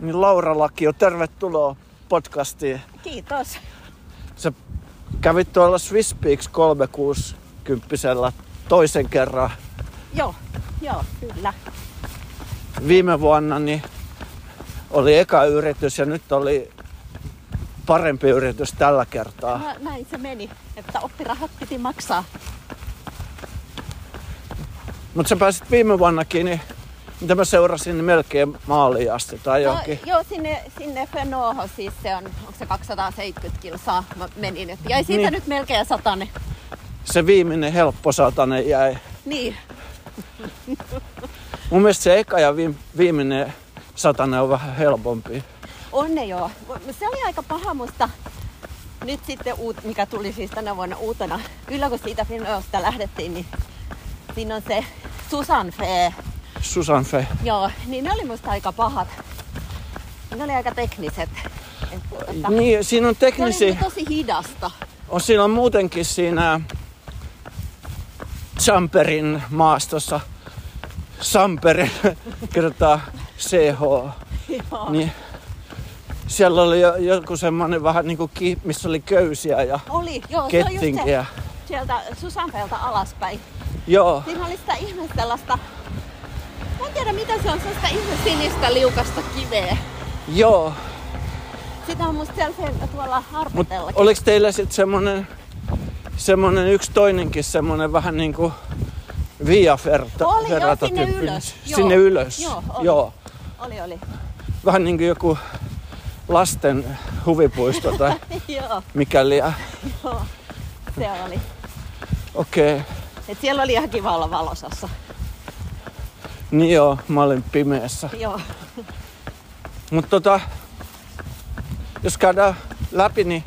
niin Laura Lakio, tervetuloa podcastiin. Kiitos. Sä kävit tuolla Swiss Peaks 360 toisen kerran Joo, joo, kyllä. viime vuonna, niin oli eka yritys ja nyt oli parempi yritys tällä kertaa. No, näin se meni, että oppirahat piti maksaa. Mutta sä pääsit viime vuonnakin, niin mitä mä seurasin, niin melkein maaliin asti tai johonkin. No, joo, sinne, sinne Fenoho, siis se on, onko se 270 kilsaa, mä menin. Et jäi siitä Niin. niin. nyt melkein satane. Se viimeinen helppo satanen jäi. Niin, Mun mielestä se eka ja viim- viimeinen satanen on vähän helpompi. onne joo. Se oli aika paha, mutta nyt sitten, uut, mikä tuli siis tänä vuonna uutena, kyllä kun siitä Fenohosta lähdettiin, niin siinä on se Susan Fee Susan Fe. Joo, niin ne oli musta aika pahat. Ne oli aika tekniset. Et, tota, Niin, siinä on se oli teknisiä. niinku tosi hidasta. On siinä on muutenkin siinä Jumperin maastossa. Samperin kertaa CH. Joo. Niin siellä oli jo, joku semmonen vähän niinku ki, missä oli köysiä ja Oli, joo, se on just se, kettinkiä. sieltä Susanpeelta alaspäin. Joo, Siinä oli sitä ihme sellaista, mä en tiedä mitä se on, se on sitä ihme sinistä liukasta kiveä. joo. Sitä on musta siellä sen, tuolla Mut harpotellakin. oliks teillä sit semmonen, semmonen yksi toinenkin semmonen vähän niinku Via Ferta, Oli, joo, Ferrata sinne tyyppinen? ylös, joo. Sinne ylös. Joo, oli. joo. Oli, oli. vähän niin kuin joku lasten huvipuisto tai joo, mikäli. äh, joo. Se oli. Okei, okay. Et siellä oli ihan kiva olla valosassa. niin joo, mä olin pimeässä. Joo. Mutta tota, jos käydään läpi, niin,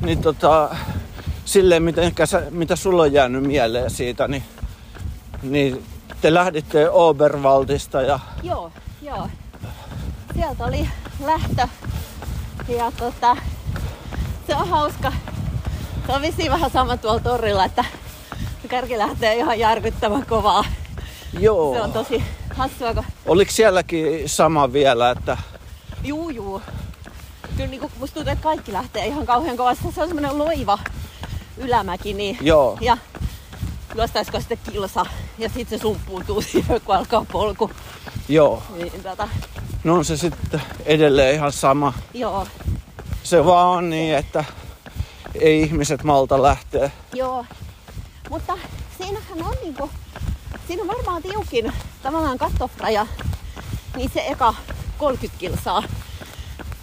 niin tota, silleen, miten, sä, mitä sulla on jäänyt mieleen siitä, niin, niin te lähditte Oberwaldista ja Joo, joo. Sieltä oli lähtö. Ja tota, se on hauska. Se on vissiin vähän sama tuolla torilla, että kärki lähtee ihan järkyttävän kovaa. joo. Se on tosi hassua, kun Oliko sielläkin sama vielä, että juu juu. Kyllä niinku, musta tuntuu, että kaikki lähtee ihan kauhean kovasti. Se on semmoinen loiva ylämäki, niin joo, ja juostaisiko sitten kilsa ja sitten se sumppuuntuu siihen, kun alkaa polku. joo. Niin, tota, No on se sitten edelleen ihan sama. joo, Se vaan on niin, että ei ihmiset malta lähteä. Joo, mutta siinähän on niinku, siinä on varmaan tiukin tavallaan kattofraja, niin se eka 30 kilsaa.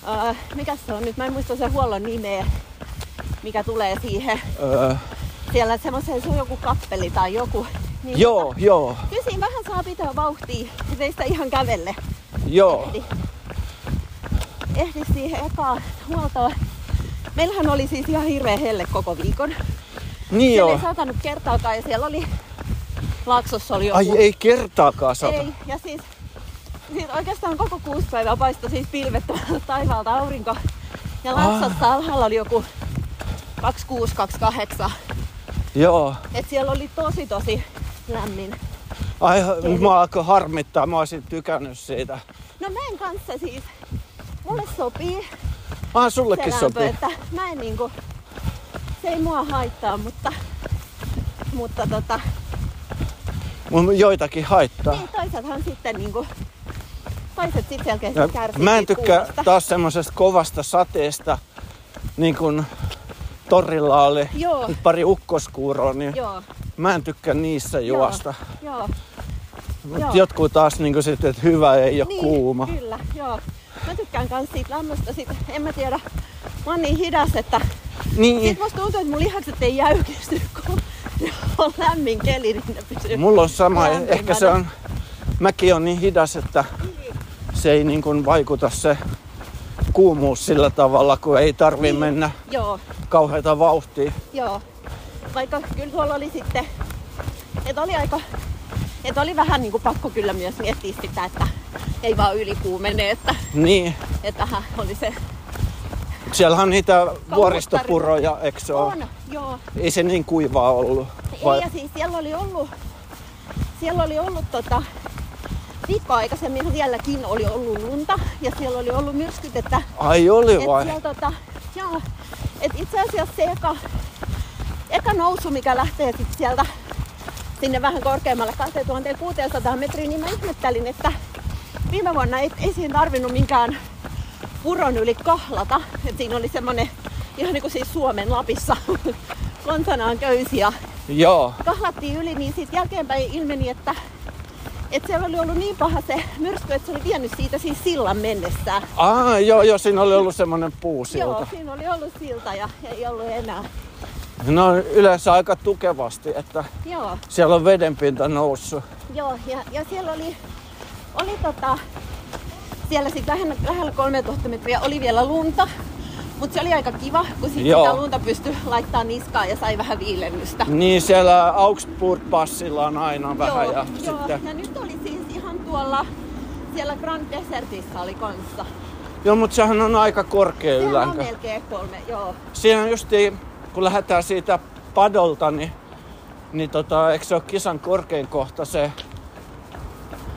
Öö, mikä se on nyt? Mä en muista sen huollon nimeä, mikä tulee siihen. Öö, Siellä semmoiseen, se on joku kappeli tai joku. Niin joo, joo, tota, Kyllä siinä vähän saa pitää vauhtia, ettei sitä ihan kävelle joo, ehdi, ehdi siihen ekaan huoltoon. Meillähän oli siis ihan hirveä helle koko viikon. niin Siellä joo. ei satanut kertaakaan ja siellä oli, Laaksossa oli joku. Ai ei kertaakaan sata. Ei, ja siis, siis oikeastaan koko kuusi päivää paistoi siis pilvettömältä taivaalta aurinko. Ja Ah. Laaksossa alhaalla oli joku 26-28. Joo. Et siellä oli tosi tosi lämmin. Ai, mä alkoi harmittaa, mä olisin tykännyt siitä. No mä en kanssa siis, mulle sopii Ah, se sullekin lämpö, sopii. että mä en niinku, se ei mua haittaa, mutta, mutta tota, Mun joitakin haittaa. Niin, toisethan sitten niinku, toiset sitten selkeästi Ja kärsii mä en siitä tykkää kuumasta. taas semmosesta kovasta sateesta, niin kun torilla oli Joo. nyt pari ukkoskuuroa, niin Joo, mä en tykkää niissä juosta. joo. Mut Joo. jotkut taas niin sitten, että hyvä ei ole kuuma. Niin, Kyllä, joo. Mä tykkään kans siitä lämmöstä sit, en mä tiedä. Mä oon niin hidas, että Niin. sit musta tuntuu, että mun lihakset ei jäykisty, kun ne on lämmin keli, niin ne pysyy. Mulla on sama, e- lämpimänä. ehkä se on, mäkin on niin hidas, että se ei niin kuin vaikuta se kuumuus sillä tavalla, kun ei tarvi Niin. mennä Joo, kauheita vauhtia. joo. Vaikka kyllä tuolla oli sitten, että oli aika, että oli vähän niinku pakko kyllä myös miettiä sitä, että ei vaan ylikuumene, että Niin, että hän oli se. siellähän on niitä vuoristopuroja, eikö se ole? On, joo. Ei se niin kuivaa ollut. Ei, ja siis siellä oli ollut, siellä oli ollut tota, viikkoa aikaisemmin sielläkin oli ollut lunta ja siellä oli ollut myrskyt, että Ai oli et vai? siellä, tota, joo, et itse asiassa se eka, eka nousu, mikä lähtee sit sieltä sinne vähän korkeammalle 2600 metriin, niin mä ihmettelin, että viime vuonna ei, ei siinä tarvinnut minkään puron yli kahlata. Et siinä oli semmonen ihan niin kuin siis Suomen Lapissa konsanaan köysiä Joo. kahlattiin yli, niin sitten jälkeenpäin ilmeni, että, että siellä oli ollut niin paha se myrsky, että se oli vienyt siitä siis sillan mennessään. Ah, joo, joo, siinä oli ollut semmoinen puusilta. Joo, siinä oli ollut silta ja ei ollut enää. No yleensä aika tukevasti, että Joo, siellä on vedenpinta noussut. joo. Ja, ja siellä oli, oli tota, siellä sit lähellä, lähellä 3000 metriä oli vielä lunta, mutta se oli aika kiva, kun sit Joo. sitä lunta pystyi laittaa niskaan ja sai vähän viilennystä. Niin siellä Augsburg-passilla on aina vähän joo, ja joo. sitten... ja nyt oli siis ihan tuolla, siellä Grand Desertissa oli kanssa. Joo, mutta sehän on aika korkea Siellä on ylänkö. melkein kolme, joo. Siinä justiin, kun lähdetään siitä padolta, niin, niin tota, eikö se ole kisan korkein kohta se,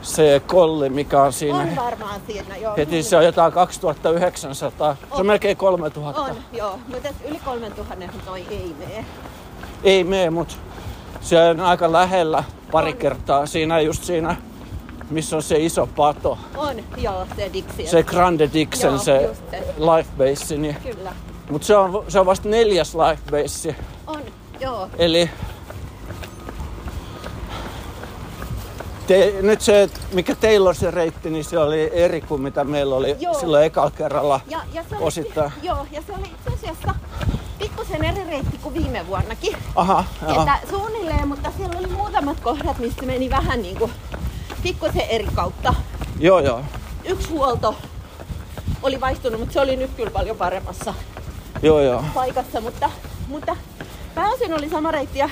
se kolli, mikä on siinä? On varmaan siinä, joo. Heti se on jotain 2900. Se on On. melkein 3000. On, joo. Mutta yli 3000 toi ei mene. Ei mene, mutta se on aika lähellä pari On. kertaa. Siinä just siinä, missä on se iso pato. On, joo, se Dixie. Se Grande Dixon, Joo, se just se. lifebase. Niin. Kyllä. Mutta se on, se on vasta neljäs lifebase. On, joo. Eli te, nyt se, mikä teillä on se reitti, niin se oli eri kuin mitä meillä oli Joo. silloin ekalla kerralla. Ja, ja se oli, Osittain. Joo, ja se oli itse asiassa pikkusen eri reitti kuin viime vuonnakin. Aha, joo. Että suunnilleen, mutta siellä oli muutamat kohdat, mistä meni vähän niin kuin pikkusen eri kautta. joo, joo. Yksi huolto oli vaihtunut, mutta se oli nyt kyllä paljon paremmassa Joo, joo. paikassa, mutta, mutta pääosin oli sama reitti ja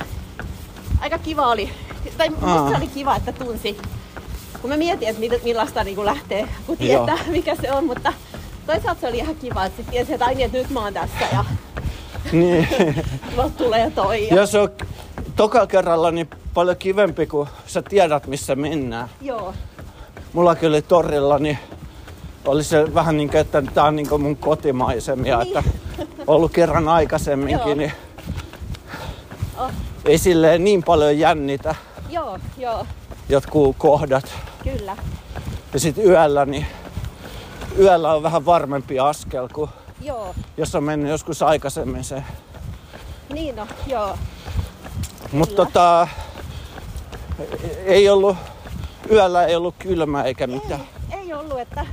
aika kiva oli. Tai musta Aa. oli kiva, että tunsi, kun mä mietin, että mitä, millaista niin lähtee, kun Joo. tietää, mikä se on, mutta toisaalta se oli ihan kiva, että sit tiesi, että aina, että nyt mä oon tässä ja Niin. tuolta tulee toi. Ja, Ja se on toka kerralla niin paljon kivempi, kun sä tiedät, missä mennään. Joo, Mulla kyllä oli torilla, niin oli se vähän niin kuin, että tää on niin kuin mun kotimaisemia, Niin. että ollut kerran aikaisemminkin, Joo. niin oh, ei silleen niin paljon jännitä joo, joo, jotkut kohdat. kyllä. Ja sitten yöllä, niin yöllä on vähän varmempi askel, kuin Joo, jos on mennyt joskus aikaisemmin se. niin no, joo, Mutta tota, ei ollut, yöllä ei ollut kylmä eikä mitään. Ei, ei ollut, että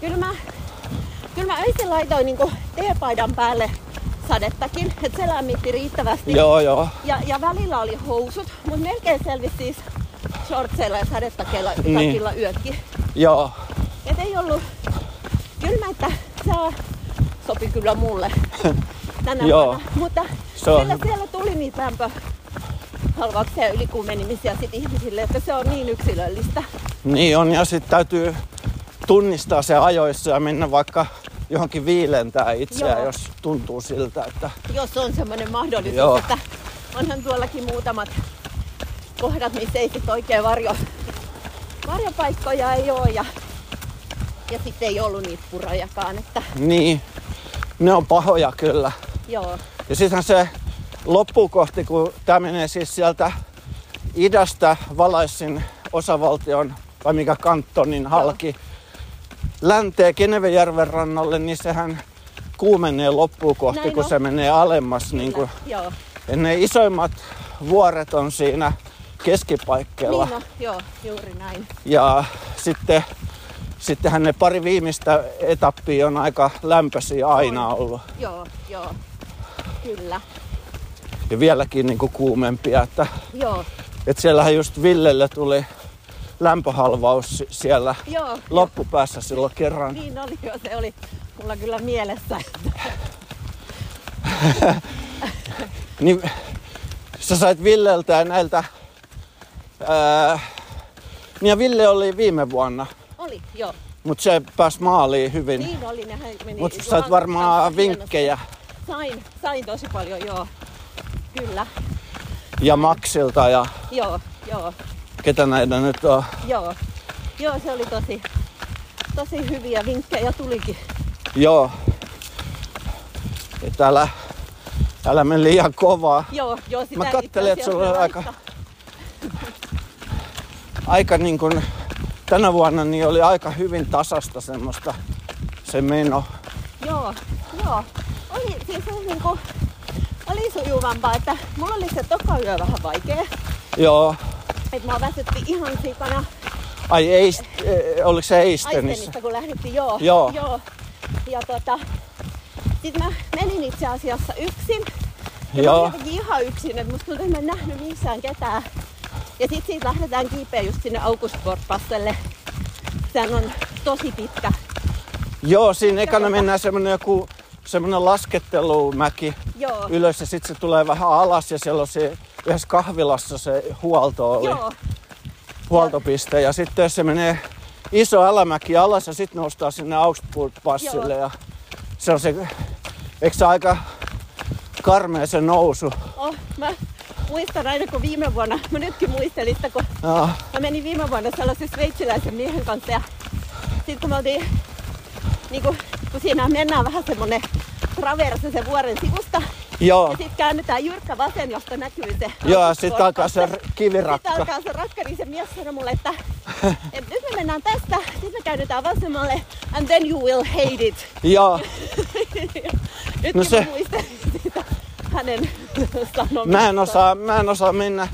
kyllä mä, kyllä mä öisin laitoin niin teepaidan päälle sadettakin, että se lämmitti riittävästi. Joo, joo. Ja, ja välillä oli housut, mutta melkein selvisi siis shortseilla ja sadetakeilla Niin. takilla yötkin. Joo. Et ei ollut kylmä, että saa sopi kyllä mulle tänä Joo. vuonna. Mutta Se on kyllä hyvä. siellä tuli niitä lämpö halvauksia ja ylikuumenemisia sit ihmisille, että se on niin yksilöllistä. Niin on, ja sitten täytyy tunnistaa se ajoissa ja mennä vaikka johonkin viilentää itseä, Joo. jos tuntuu siltä, että jos on semmoinen mahdollisuus, Joo. Joo. että onhan tuollakin muutamat kohdat, missä ei sit oikein varjo, varjopaikkoja ei ole ja, ja sitten ei ollut niitä purojakaan, että niin, ne on pahoja kyllä. joo, Ja sittenhän se loppukohti, kun tämä menee siis sieltä idästä Valaissin osavaltion, vai mikä kantonin halki, länteen Kenevejärven rannalle, niin sehän kuumenee loppukohti, Näin kun on. se menee alemmas. Niin kuin, joo, ja ne isoimmat vuoret on siinä keskipaikkeella. niin no, joo, juuri näin, Ja sitten, sittenhän ne pari viimeistä etappia on aika lämpöisiä aina On. ollut. joo, joo, kyllä, Ja vieläkin niin kuin kuumempia. Että, joo, että siellähän just Villelle tuli lämpöhalvaus si- siellä joo, loppupäässä silloin kerran. niin oli jo, se oli mulla kyllä mielessä, Niin, sä sait Villeltä ja näiltä... Ää, niin ja Ville oli viime vuonna, oli, joo, mutta se pääsi maaliin hyvin. niin oli, nehän meni. mutta sä sait varmaan vinkkejä Sain, sain tosi paljon, joo, kyllä. ja Maxilta ja Joo, joo, ketä näitä nyt on. joo. Joo, se oli tosi, tosi hyviä vinkkejä tulikin. Joo. Että älä, älä mene liian kovaa. Joo, joo, sitä Mä ei kattelin, itse että sulla on asiassa aika, aika niin kuin tänä vuonna niin oli aika hyvin tasasta semmoista se meno. Joo, joo. Oli siis se niinku, oli sujuvampaa, että mulla oli se toka yö vähän vaikea. Joo. Et mua väsytti ihan sikana Ai ei, eh, oliko se Eistenissä? Aistenista, kun lähdettiin, joo. Joo. joo. Ja tota, sit mä menin itse asiassa yksin. Ja Joo. Mä olin jotenkin ihan yksin, että musta tuntuu, että mä en nähnyt missään ketään. Ja sit siitä lähdetään kiipeä just sinne Augustborpasselle. Sehän on tosi pitkä. Joo, siinä ekana mennään semmonen joku semmonen laskettelumäki Joo. ylös ja sitten se tulee vähän alas ja siellä on se yhdessä kahvilassa se huolto oli, Joo, huoltopiste. Ja sitten jos se menee iso alamäki alas ja sitten noustaan sinne Augsburg-passille Joo. ja se on se, eikö se aika karmea se nousu? oh, mä muistan aina kun viime vuonna, mä nytkin muistelin sitä, kun Ja, Mä menin viime vuonna sellaisen sveitsiläisen miehen kanssa ja sit kun me oltiin, niin kun, kun siinä mennään vähän semmonen traverse sen vuoren sivusta joo, ja sit käännytään jyrkkä vasen, josta näkyy se. joo, ja sitten alkaa se r- Sitten kivirakka. alkaa se rakka, niin se mies sanoi mulle, että, että nyt me mennään tästä, sitten me käännytään vasemmalle and then you will hate it. Joo, Nyt No no se- se... muistelin sitä hänen sanomista. mä en osaa, mä en osaa mennä,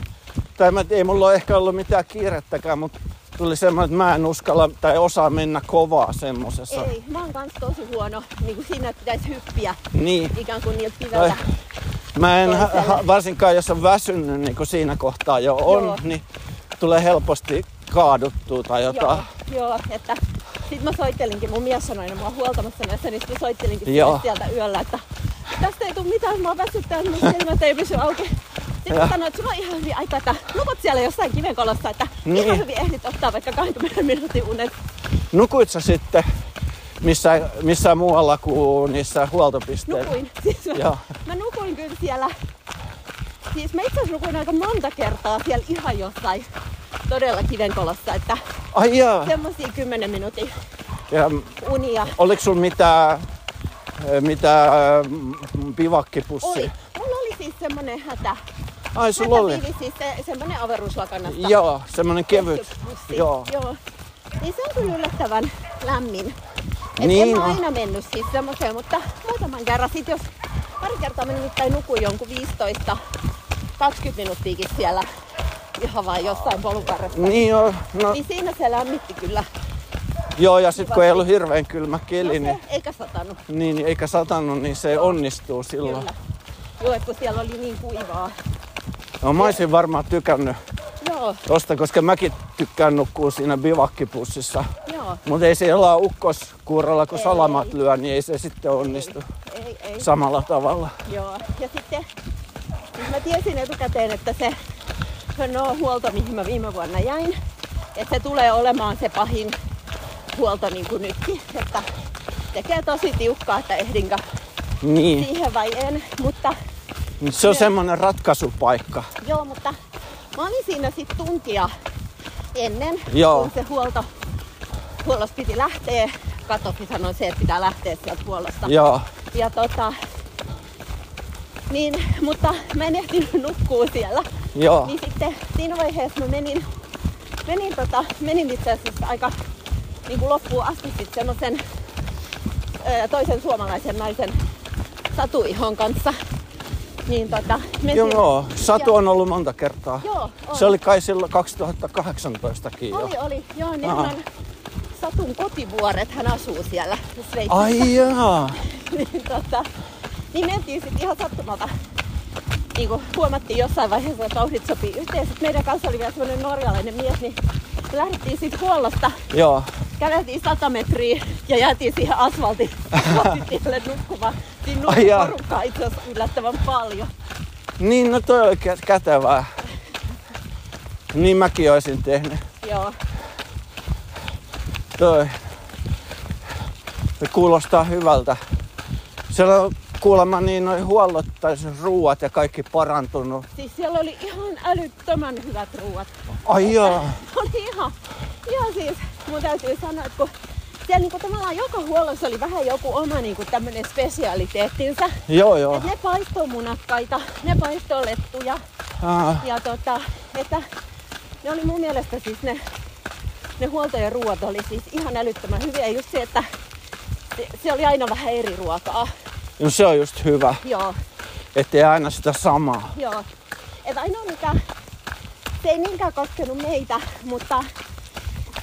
tai mä, ei mulla ole ehkä ollut mitään kiirettäkään, mutta tuli semmoinen, että mä en uskalla tai osaa mennä kovaa semmosessa. Ei, mä oon kans tosi huono, niin kuin siinä että pitäisi hyppiä Niin. ikään kuin niiltä Tai, kiveltä. mä en, ha, Toiselle. ha- varsinkaan jos on väsynyt, niin kuin siinä kohtaa jo on, Joo. niin tulee helposti kaaduttua tai jotain. Joo, joo, että sit mä soittelinkin, mun mies sanoi, että mä oon huoltamassa näistä, niin sit mä soittelinkin sille Joo. sieltä yöllä, että tästä ei tule mitään, mä oon väsyttänyt, mun silmät ei pysy auki. Sitten mä sanoin, että sulla on ihan hyvin aika, että nukut siellä jossain kivenkolossa, että Niin. ihan hyvin ehdit ottaa vaikka 20 minuutin unet. Nukuit sä sitten missä, missä muualla kuin niissä huoltopisteillä? Nukuin. Siis mä, Joo. mä nukuin kyllä siellä. Siis mä itse asiassa nukuin aika monta kertaa siellä ihan jossain todella kivenkolossa, että Ai jaa. semmosia 10 minuutin Ja unia. oliko sulla mitään, mitään mm, pivakkipussia? Oli. Mulla oli siis semmonen hätä. Ai sulla oli? Hätäpiivi, siis se, semmonen avaruuslakanasta. Joo, semmonen kevyt. Pussi. Joo. Joo. Joo. Niin se on kyllä yllättävän lämmin. Et Niin en mä on. aina mennyt siis semmoiseen, mutta muutaman kerran sit jos pari kertaa mä nimittäin nukuin jonkun 15 20 minuuttiakin siellä ihan vaan jossain polun varressa. Niin joo, no, Niin siinä se lämmitti kyllä. joo, ja sitten kun ei ollut hirveän kylmä No keli, se, niin, eikä satanut. niin eikä satanut, niin se onnistuu silloin. Kyllä. Joo, et kun siellä oli niin kuivaa. No mä olisin varmaan tykännyt Joo, tosta, koska mäkin tykkään nukkua siinä bivakkipussissa. joo. Mutta ei se jollain ukkoskuuralla, kun Ei. salamat lyö, niin ei se sitten onnistu Ei, ei. samalla tavalla. Joo, ja sitten siis mä tiesin etukäteen, että se no, huolto, mihin mä viime vuonna jäin, että se tulee olemaan se pahin huolto niin kuin nytkin, että tekee tosi tiukkaa, että ehdinkö Niin, siihen vai en, mutta Niin se on semmoinen ratkaisupaikka. joo, mutta mä olin siinä sitten tuntia ennen, Joo. kun se huolto, huollosta piti lähteä. Katokin sanoi se, että pitää lähteä sieltä huollosta. Joo, Ja tota, niin, mutta mä en ehtinyt nukkua siellä. joo, Niin sitten siinä vaiheessa mä menin, menin, tota, menin itse asiassa aika niin kuin loppuun asti sitten semmoisen toisen suomalaisen naisen Satu Ihon kanssa. Niin tota, menin, joo, joo. Satu on ollut monta kertaa. Joo, on. Se oli kai silloin 2018kin jo. Oli, oli. Joo, niin Aha. hän on Satun kotivuoret, hän asuu siellä Sveitsissä. Ai jaa. niin, tota, niin mentiin sitten ihan sattumalta. Niin kuin huomattiin jossain vaiheessa, että vauhdit sopii yhteen. Sitten meidän kanssa oli vielä semmoinen norjalainen mies, niin me lähdettiin sitten huollosta, Joo, käveltiin 100 metriä ja jäätiin siihen asfaltin asfalttitielle nukkumaan. Siinä Ai nukkui jaa. porukkaa itse asiassa yllättävän paljon. niin no toi oli kä- kätevää. Niin mäkin olisin tehnyt. Joo, Toi. Se kuulostaa hyvältä. Siellä on kuulemma niin noin huollot tai siis ruuat ja kaikki parantunut. siis siellä oli ihan älyttömän hyvät ruuat. Ai joo. oli ihan, ihan siis, mun täytyy sanoa, että kun siellä niinku tavallaan joka huollossa oli vähän joku oma niinku tämmönen spesialiteettinsa. Joo joo. Et ne paistoo munakkaita, ne paistoo lettuja Ah, ja tota, että ne oli mun mielestä siis ne, ne huoltojen ruoat oli siis ihan älyttömän hyviä. Ja just se, että se, se oli aina vähän eri ruokaa. no se on just hyvä, Joo, ettei aina sitä samaa. joo. Et ainoa mikä, se ei niinkään koskenut meitä, mutta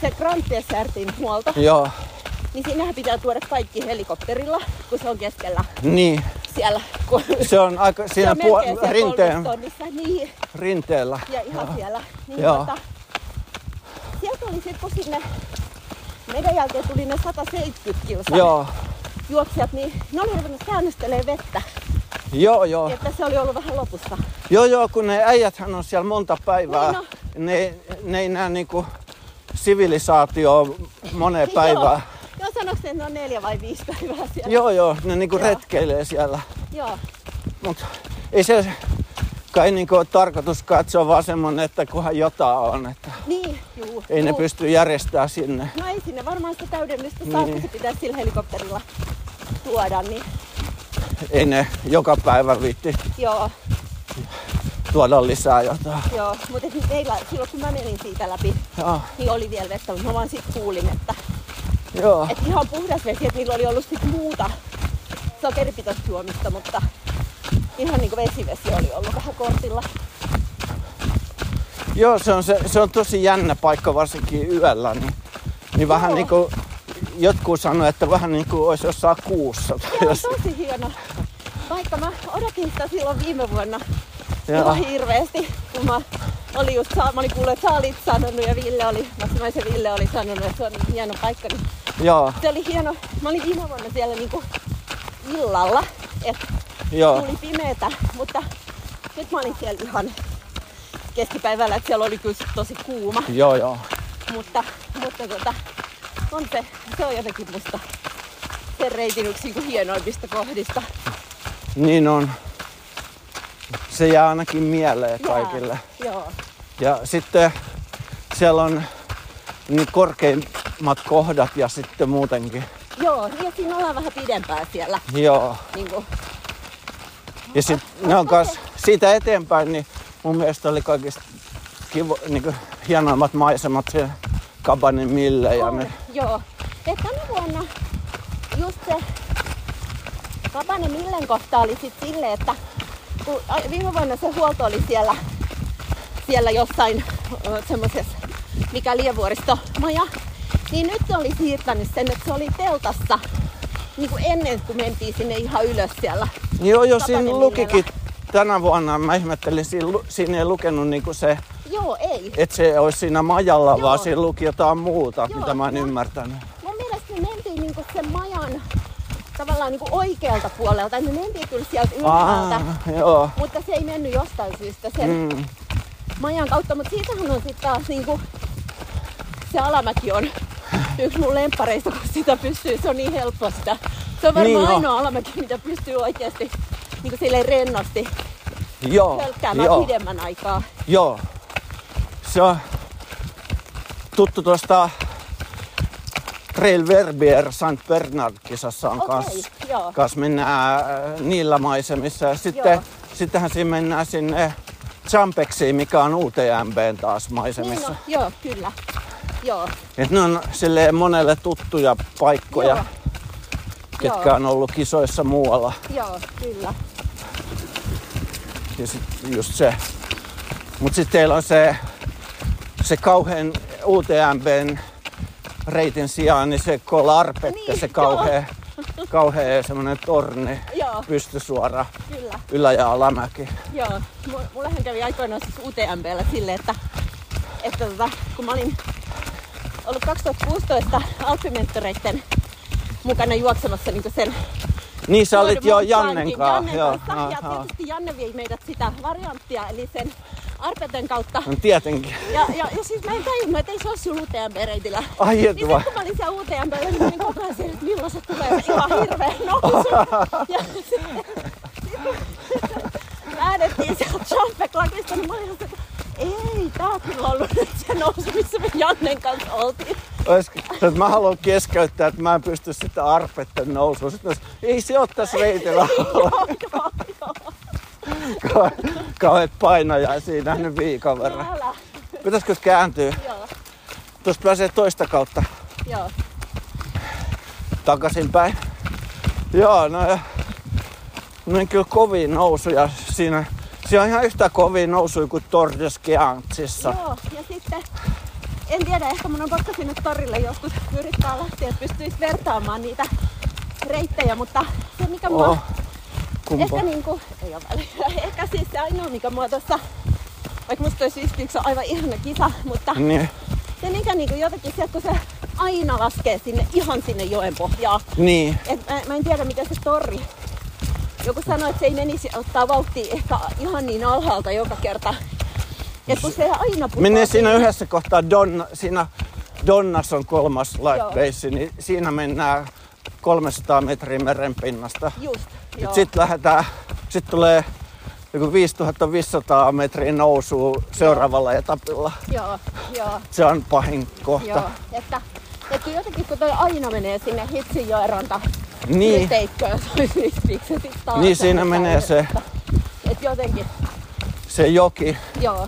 se Grand Desertin huolto, Joo, niin sinnehän pitää tuoda kaikki helikopterilla, kun se on keskellä niin. siellä. Kun Se on aika siinä on melkein puol- siellä rinteen, kolmestonnissa, Niin, rinteellä. ja ihan siellä. Niin Joo. Tota, sieltä oli sitten, kun sinne meidän jälkeen tuli ne 170 kilsaa Joo, juoksijat, niin ne oli ruvennut säännöstelee vettä. joo, joo. Että se oli ollut vähän lopussa. Joo, joo, kun ne äijäthän on siellä monta päivää. Niin Ne, ne ei näe niinku sivilisaatioa moneen päivään. Siis Joo, joo sanoiko ne, että ne on neljä vai viisi päivää siellä? Joo, joo, ne niinku Joo. retkeilee siellä. Joo, Mutta ei se kai niinku ole tarkoituskaan, että se on vaan semmonen, että kunhan jotain on. Että niin, juu. ei ne juu. pysty järjestämään sinne. No ei sinne varmaan sitä täydennystä saa, Niin. kun se pitäisi sillä helikopterilla tuoda, niin Ei ne joka päivä viitti joo. tuoda lisää jotain. Joo, mutta siis meillä, silloin kun mä menin siitä läpi, Joo, niin oli vielä vettä, mutta mä vaan sit kuulin, että, joo. että ihan puhdas vesi, että niillä oli ollut sit muuta sokeripitoista juomista, mutta ihan niinku vesivesi oli ollut vähän kortilla. joo se, on, se, se on tosi jännä paikka varsinkin yöllä. Niin, niin vähän Joo. niinku, jotkut sanoo, että vähän niinku olisi jossain kuussa. tai Joo, jossain. tosi hieno. Vaikka mä odotin sitä silloin viime vuonna Joo. ihan hirveesti, kun mä olin just saa, mä olin kuullut, että sä olit sanonut ja Ville oli, mä se Ville oli sanonut, että se on hieno paikka, niin Joo, se oli hieno. Mä olin viime vuonna siellä niinku illalla, että joo, tuli pimeetä, mutta nyt mä olin siellä ihan keskipäivällä, että siellä oli kyllä sit tosi kuuma, joo, joo. mutta, mutta tota, on se, se on jotenkin musta sen reitin yksi niinku hienoimmista kohdista. Niin on. Se jää ainakin mieleen Jää. kaikille. Joo, Ja sitten siellä on niin korkeimmat kohdat ja sitten muutenkin. joo, ja siinä ollaan vähän pidempään siellä. Joo. Niin kuin, Ja sitten ne on kans siitä eteenpäin, niin mun mielestä oli kaikista kivo, niin kuin, hienoimmat maisemat siellä Kabanin Mille ja ne. Joo, et tänä vuonna just se Kapanen Millen kohta oli sit silleen, että kun ai- viime vuonna se huolto oli siellä, siellä jossain ö, semmoisessa, mikä lievuoristomaja, niin nyt se oli siirtänyt sen, että se oli teltassa niin kuin ennen kuin mentiin sinne ihan ylös siellä. Joo, joo, siinä Kabanin lukikin tänä vuonna, mä ihmettelin, siinä, lu- siinä ei lukenut niin kuin se, Joo, ei. että se olisi siinä majalla, Joo. vaan siinä luki jotain muuta, Joo, mitä mä en joo. ymmärtänyt. Mun mielestä me mentiin niinku sen majan tavallaan niinku oikealta puolelta. Me mentiin kyllä sieltä ylhäältä, Ah, joo. mutta se ei mennyt jostain syystä sen Mm, majan kautta. Mutta siitähän on sitten taas niinku, se alamäki on yksi mun lemppareista, kun sitä pystyy. Se on niin helppo sitä. Se on varmaan Niin on. ainoa alamäki, mitä pystyy oikeasti niinku silleen rennosti joo, hölkkäämään Oh, joo. pidemmän aikaa. Joo. Se on tuttu tuosta Trail Verbier St. Bernard-kisassa on Okei, kans, joo. Niin kans mennään äh, niillä maisemissa. Ja sitten, Joo. sittenhän siinä mennään sinne Champexiin, mikä on UTMBn taas Niin maisemissa. on, joo, kyllä. Joo, Et ne on silleen monelle tuttuja paikkoja, Joo. ketkä Joo. on ollut kisoissa muualla. joo, kyllä. Ja sit just se. Mut sit teillä on se, se kauhean UTMBn reitin sijaan, niin se kolarpette, Niin, se kauhea, kauhea semmonen torni Joo, pystysuora kyllä. ylä- ja alamäki. Joo, mu- mullahan kävi aikoinaan siis UTMPllä silleen, että, että tota, kun mä olin ollut 2016 Alppimentoreiden mukana juoksemassa niin sen Niin sä olit jo Jannen Jannen kanssa. Joo, kanssa. ja joo, joo. tietysti Janne vei meidät sitä varianttia, eli sen Arpeten kautta. No tietenkin. Ja, ja, ja siis mä en tajunnut, että ei se ole sinun UTMP-reitillä. Ai et Niin vaan. sitten kun mä olin siellä UTMPllä, niin mä olin koko ajan siellä, että milloin se tulee se ihan hirveä nousu. Ja sitten sit, kun lähdettiin sieltä Champeclakista, niin mä olin ihan se, Ei, tää on kyllä ollut nyt se nousu, missä me Jannen kanssa oltiin. Olisiko, että mä haluan keskeyttää, että mä en pysty sitä arpetten nousua. Sitten olisi, ei se ole tässä reitillä Joo, joo, joo. Kau- kauheat painajaisia nähnyt viikon No verran. älä. Pitäisikö kääntyä? Joo, Tuosta pääsee toista kautta joo. takaisinpäin. Joo, no ja, niin kyllä kovia nousuja siinä. Siinä on ihan yhtä kovia nousuja kuin Torres Geantsissa. Joo, ja sitten en tiedä, ehkä mun on pakko sinne torille joskus yrittää lähteä, että pystyisi vertaamaan niitä reittejä, mutta se mikä mua, Oh, kumpa? ehkä niinku, ei ole väliä, ehkä siis se ainoa mikä mua tuossa, vaikka musta toi Swiftiksi on aivan ihana kisa, mutta Niin, se mikä niinku jotenkin sieltä, kun se aina laskee sinne, ihan sinne joen pohjaan, niin, et mä, mä en tiedä miten se torri. Joku sanoi, että se ei menisi ottaa vauhtia ehkä ihan niin alhaalta joka kerta. Et kun se aina putoaa. Menee siinä yhdessä kohtaa Donna, siinä Donnas on kolmas Joo. light base, niin siinä mennään 300 metriä merenpinnasta. Just, joo. Sitten lähdetään, sit tulee joku 5500 metriä nousua seuraavalla etapilla. Joo, joo, Se on pahin kohta. joo. Että, että jotenkin kun toi aina menee sinne Hitsinjoen ranta Niin. yhteikköön, se olisi niissä piksetit taas. Niin siinä Että- menee se, Että jotenkin, se joki. joo,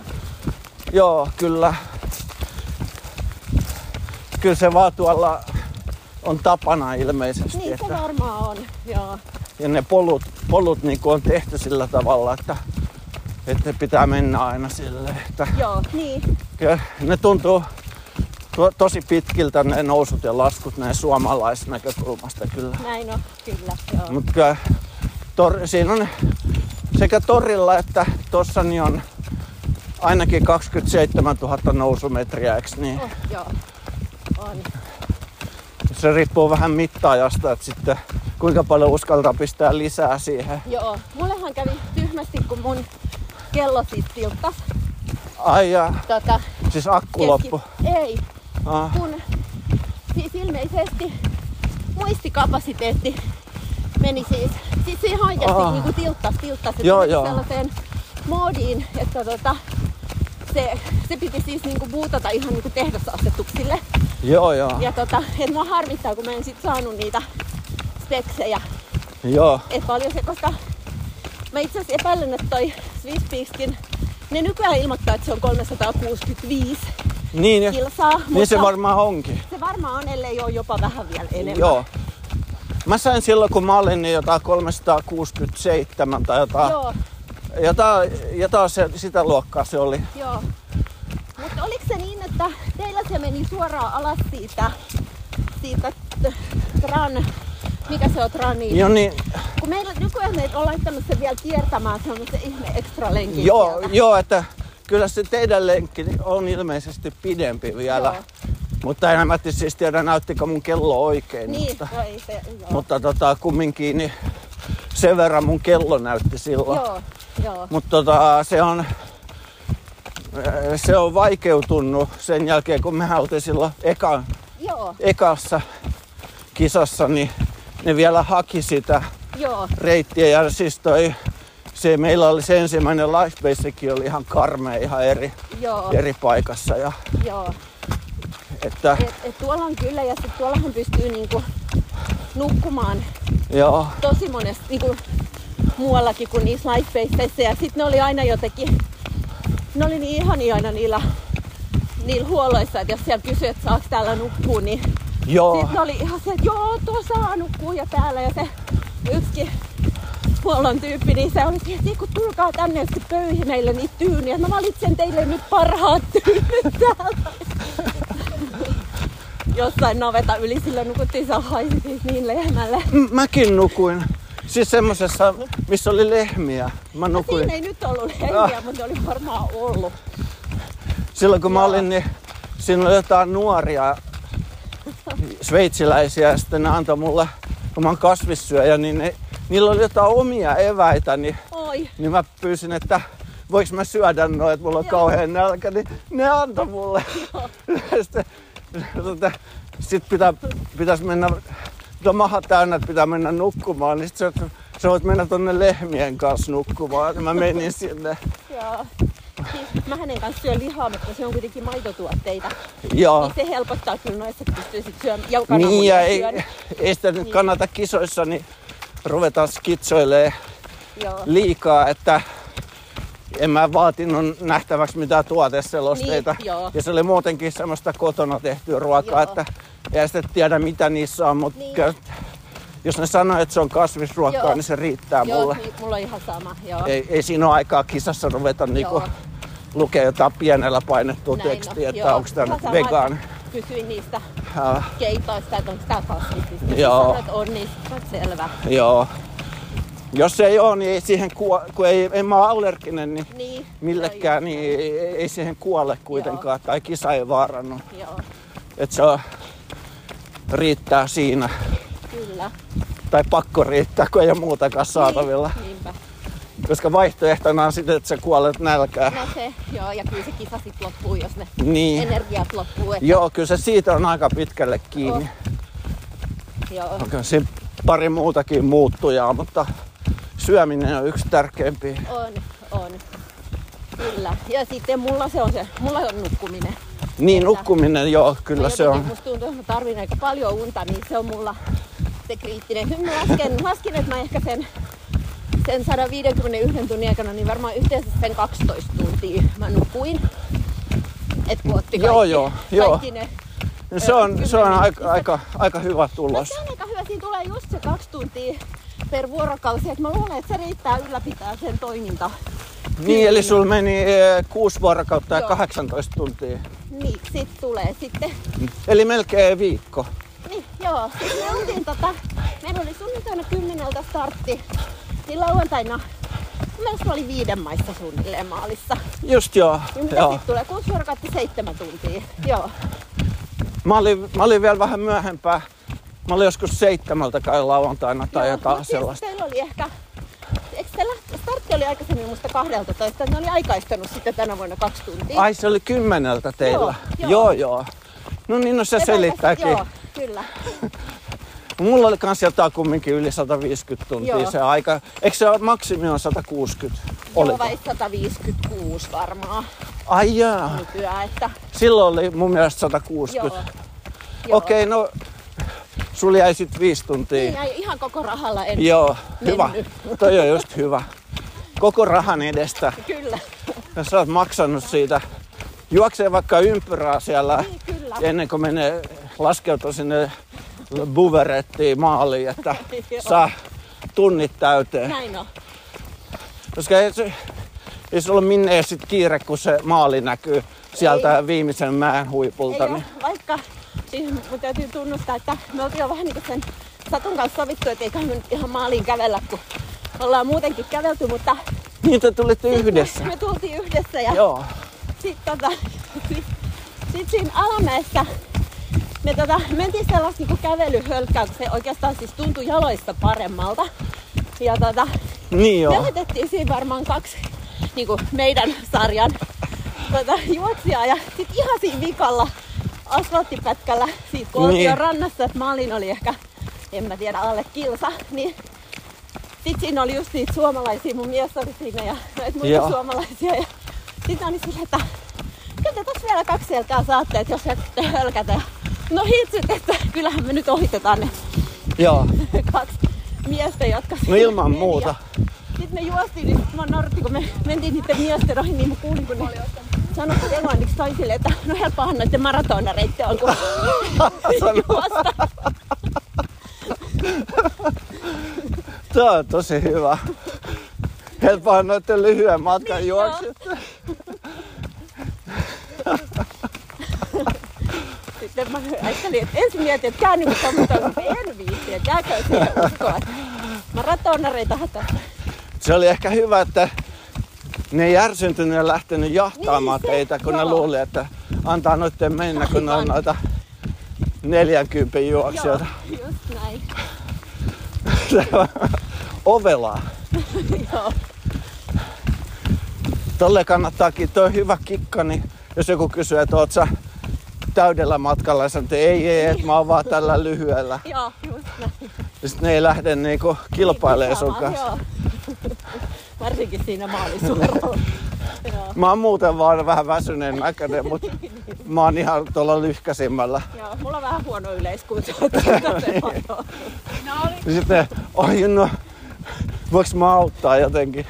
Joo, kyllä. Kyllä se vaan tuolla on tapana ilmeisesti. niin se että, varmaan on, joo. ja ne polut, polut niin on tehty sillä tavalla, että, että pitää mennä aina sille. Että, Joo, niin, ja ne tuntuu to, tosi pitkiltä ne nousut ja laskut näin suomalaisnäkökulmasta kyllä. näin on, kyllä, joo. Mutta kyllä tor, siinä on sekä torilla että tossa niin on ainakin 27 000 nousumetriä, eikö niin? Oh, joo, on. Se riippuu vähän mittaajasta, että sitten kuinka paljon uskaltaa pistää lisää siihen. Joo, mullehan kävi tyhmästi, kun mun kello siis tilttas. Ai ja, Tota, siis akku loppu. Ei, Ah, kun siis ilmeisesti muistikapasiteetti meni siis, siis se ihan Aa. oikeasti niinku tilttas, tilttas. Se Ah. Joo, tuli joo. sellaiseen moodiin, että tota, se, se piti siis niinku buutata ihan niinku tehdasasetuksille. joo joo, Ja tota, et mua harmittaa, kun mä en sit saanut niitä speksejä joo. et paljon se, koska mä itse asiassa epäilen, että toi Swiss Peakskin, ne nykyään ilmoittaa, että se on 365 Niin, ja, kilsaa, mutta niin se varmaan onkin. se varmaan on, ellei ole jopa vähän vielä enemmän. Joo. Mä sain silloin, kun mä olin, niin jotain 367 tai jotain. Joo, Jotain, jotain se, sitä luokkaa se oli. joo. Mutta oliko se niin, että teillä se meni suoraan alas siitä, siitä t- tran, mikä se on trani? Joo, niin, Kun meillä nykyään meitä on laittanut se vielä kiertämään semmoisen ihme ekstra lenkin joo, sieltä. joo, että kyllä se teidän lenkki on ilmeisesti pidempi vielä. Joo. Mutta en mä tii- siis tiedä, näyttikö mun kello oikein. Niin, Mutta, no ei se, joo. mutta tota, kumminkin niin sen verran mun kello näytti silloin. joo, joo, Mutta tota, se on eh, se on vaikeutunut sen jälkeen, kun me oltiin silloin eka, joo, ekassa kisassa, niin ne vielä haki sitä joo. reittiä. Ja siis toi, se meillä oli se ensimmäinen lifebasekin oli ihan karmea ihan eri, Joo, eri paikassa. Ja, joo. että, Et, et tuolla on kyllä, ja sit tuollahan pystyy niinku nukkumaan joo, tosi monesti niinku muuallakin kuin niissä lifebaseissä. Ja sitten ne oli aina jotenkin, ne oli niin ihania aina niillä, niillä huolloissa, että jos siellä kysyi, että saako täällä nukkua, niin joo, sitten ne oli ihan se, että joo, tuossa saa nukkua ja täällä. Ja se yksikin huollon tyyppi, niin se oli se, että "Ei, kun tulkaa tänne, että pöyhi meille niitä tyyniä. Mä valitsen teille nyt parhaat tyynyt täältä. Jossain naveta yli silloin nukuttiin, se haisi siis niin lehmälle. M- mäkin nukuin. Siis semmosessa, missä oli lehmiä. Mä nukuin. Siinä Niin ei nyt ollut lehmiä, mutta ne oli varmaan ollut. Silloin kun mä Joo. olin, niin siinä oli jotain nuoria sveitsiläisiä ja sitten ne antoi mulle, kun mä oon kasvissyöjä, niin ne, niillä oli jotain omia eväitä, niin, Oi, niin mä pyysin, että voiko mä syödä noin, että mulla on Joo. kauhean nälkä, niin ne antoi mulle. sitten tota, sit pitää, pitäisi mennä, tuo maha täynnä, että pitää mennä nukkumaan, niin sit sä, sä voit mennä tonne lehmien kanssa nukkumaan. Mä menin sinne. joo. siis mä hänen kanssa syön lihaa, mutta se on kuitenkin maitotuotteita. Joo. Niin se helpottaa kyllä noissa, että pystyy sit syömään ja Ah. Niin kananmunia ja ei, syödä. ei sitä nyt kannata kisoissa, niin ruvetaan skitsoilee Joo. liikaa, että en mä vaatinut nähtäväksi mitään tuoteselosteita. Niin, joo. ja se oli muutenkin semmoista kotona tehtyä ruokaa, Joo. että ei sitä tiedä mitä niissä on, mutta Niin. niin. jos ne sanoo, että se on kasvisruokaa, Joo. niin se riittää Joo, mulle. niin, mulla on ihan sama. Joo. Ei, ei siinä ole aikaa kisassa ruveta niinku lukea jotain pienellä painettua Näin on, tekstiä, että joo. onko tämä Ihan nyt sama, vegaani. että Kysyin niistä Äh, keitoista, että onko tää kasvitista. Joo. Sanoit, että on, niin sit selvä. joo. Jos ei ole, niin ei siihen kuo, kun ei, en mä ole allerginen, niin Niin. millekään, joo, niin ei, ei- ei siihen kuole kuitenkaan, tai kisa ei vaarannut. Joo, Että se on, riittää siinä, kyllä. tai pakko riittää, kun ei ole muutakaan saatavilla. Niin, niinpä. Koska vaihtoehtona on sitten, että sä kuolet nälkään. No se, joo, ja kyllä se kisa sit loppuu, jos ne Niin. energiat loppuu. Et, Joo, kyllä se siitä on aika pitkälle kiinni. Oh. Niin. joo, Onko siinä pari muutakin muuttujaa, mutta syöminen on yksi tärkeimpiä. on, on. Kyllä. Ja sitten mulla se on se, mulla on nukkuminen. Niin, nukkuminen, joo, kyllä Ja se Niin jotenkin on. Musta tuntuu, että mä tarvin aika paljon unta, niin se on mulla se kriittinen. Kyllä mä lasken, laskin, että mä ehkä sen, sen 151 tunnin aikana, niin varmaan yhteensä sen 12 tuntia mä nukuin. Et kun otti kaikki, Joo, joo, joo. kaikki ne No Se on, se on kymmenen aika, aika, aika hyvä No tulos. se on aika hyvä, siinä tulee just se kaksi tuntia per vuorokausi, että mä luulen, että se riittää ylläpitää sen toiminta. Niin, eli sulla meni eh, kuusi vuorokautta ja Joo. 18 tuntia. Niin, sit tulee sitten. Eli melkein viikko. Niin, joo, sit me oltiin tota, meillä oli sunnuntaina kymmeneltä startti, niin lauantaina mun mielestä mä olin viiden maissa suunnilleen maalissa. Just joo. Niin mitä joo. sit tulee? Kuusi vuorokautta seitsemän tuntia. Joo, Mä, olin, mä olin vielä vähän myöhempää. Mä olin joskus seitsemältä kai lauantaina tai joo. jotain Mut siis sellaista. Teillä oli ehkä, eikö teillä, startti oli aikaisemmin musta 12, ne oli aikaistanut sitten tänä vuonna kaksi tuntia. Ai se oli kymmeneltä teillä. Joo, joo. joo. joo. No niin, no se Ne selittääkin. taitasit- Joo, kyllä. Mulla oli kans jotain kumminkin yli 150 tuntia Joo. se aika. Eikö se ole- maksimi on 160? Joo, Oli. vai 156 varmaan Ai jaa. nykyään, että Silloin oli mun mielestä Niin. joo. 160. joo. Okei, no sulla jäi sit viisi tuntia. Niin, ei ihan koko rahalla en. Joo, Mennyt. hyvä. Toi on just hyvä. Koko rahan edestä. Kyllä, Jos sä oot maksanut siitä, juoksee vaikka ympyrää siellä Niin, kyllä. ennen kuin menee laskeutua sinne buverettiin maaliin, että Joo. saa tunnit täyteen. näin on. Koska ei, se, ei sulla ole minne edes sit kiire, kun se maali näkyy sieltä viimeisen mäen Ei huipulta. ole, Niin. vaikka, siis mun täytyy tunnustaa, että me oltiin jo vähän niin kuin sen Satun kanssa sovittu, että eiköhän me nyt ihan maaliin kävellä, kun ollaan muutenkin kävelty, mutta niin te tulitte yhdessä. me tultiin yhdessä ja Joo. sitten tota, sit, sit siinä alamäessä me tota, mentiin sellaista niinku kävelyhölkkää, kun se oikeastaan siis tuntui jaloista paremmalta. Ja tota, Niin me joo. otettiin siinä varmaan kaksi niinku meidän sarjan tota, juoksijaa ja sitten ihan siinä vikalla asfalttipätkällä siitä kun oltiin Niin. jo rannassa, että maalin oli ehkä, en mä tiedä, alle kilsa, niin sitten siinä oli just niitä suomalaisia, mun mies oli siinä ja näitä muita Joo. suomalaisia. Ja sitten oli silleen, että kyllä te tässä vielä kaksi selkää saatte, että jos jätätte hölkätä. Ja, No hitsit, että kyllähän me nyt ohitetaan ne joo. kaksi miestä, jotka No siinä ilman meni. muuta. Sitten me juostiin, niin sit mä nauratti, kun me mentiin niiden miesten ohi, niin mä kuulin, kun ne sanoi kun englanniksi toisille, että no helppohan noiden maratonareitte on, kun juosta. Tämä on tosi hyvä. Helpohan noiden lyhyen Niin matkan juoksut. Sitten mä ajattelin, että ensin mietin, että niinku käänny, mutta mä toivon, että en viitsi, että jääkö siihen uskoa. että Maratonareita hata. Se oli ehkä hyvä, että ne ei järsyntynyt ja lähtenyt jahtaamaan Niin, se- teitä, kun ne joo. luuli, että antaa noiden mennä, kun ne on Aivan. noita 40 Joo, juoksijoita. just näin. Ovelaa. Joo, Tolle kannattaakin, toi on hyvä kikka, niin jos joku kysyy, että oot sä täydellä matkalla, ja sanoo, että ei, ei, et mä oon vaan tällä lyhyellä. joo, just näin. Ja sit ne ei lähde niinku Niin, kilpailemaan sun Sama, kanssa. Joo. Varsinkin siinä maalisuoralla. joo. Joo. Mä oon muuten vaan vähän väsyneen näköinen, mutta mä oon ihan tuolla lyhkäsimmällä. Joo, mulla on vähän huono yleiskunto. no oli. Sitten, oi no, voiks mä auttaa jotenkin?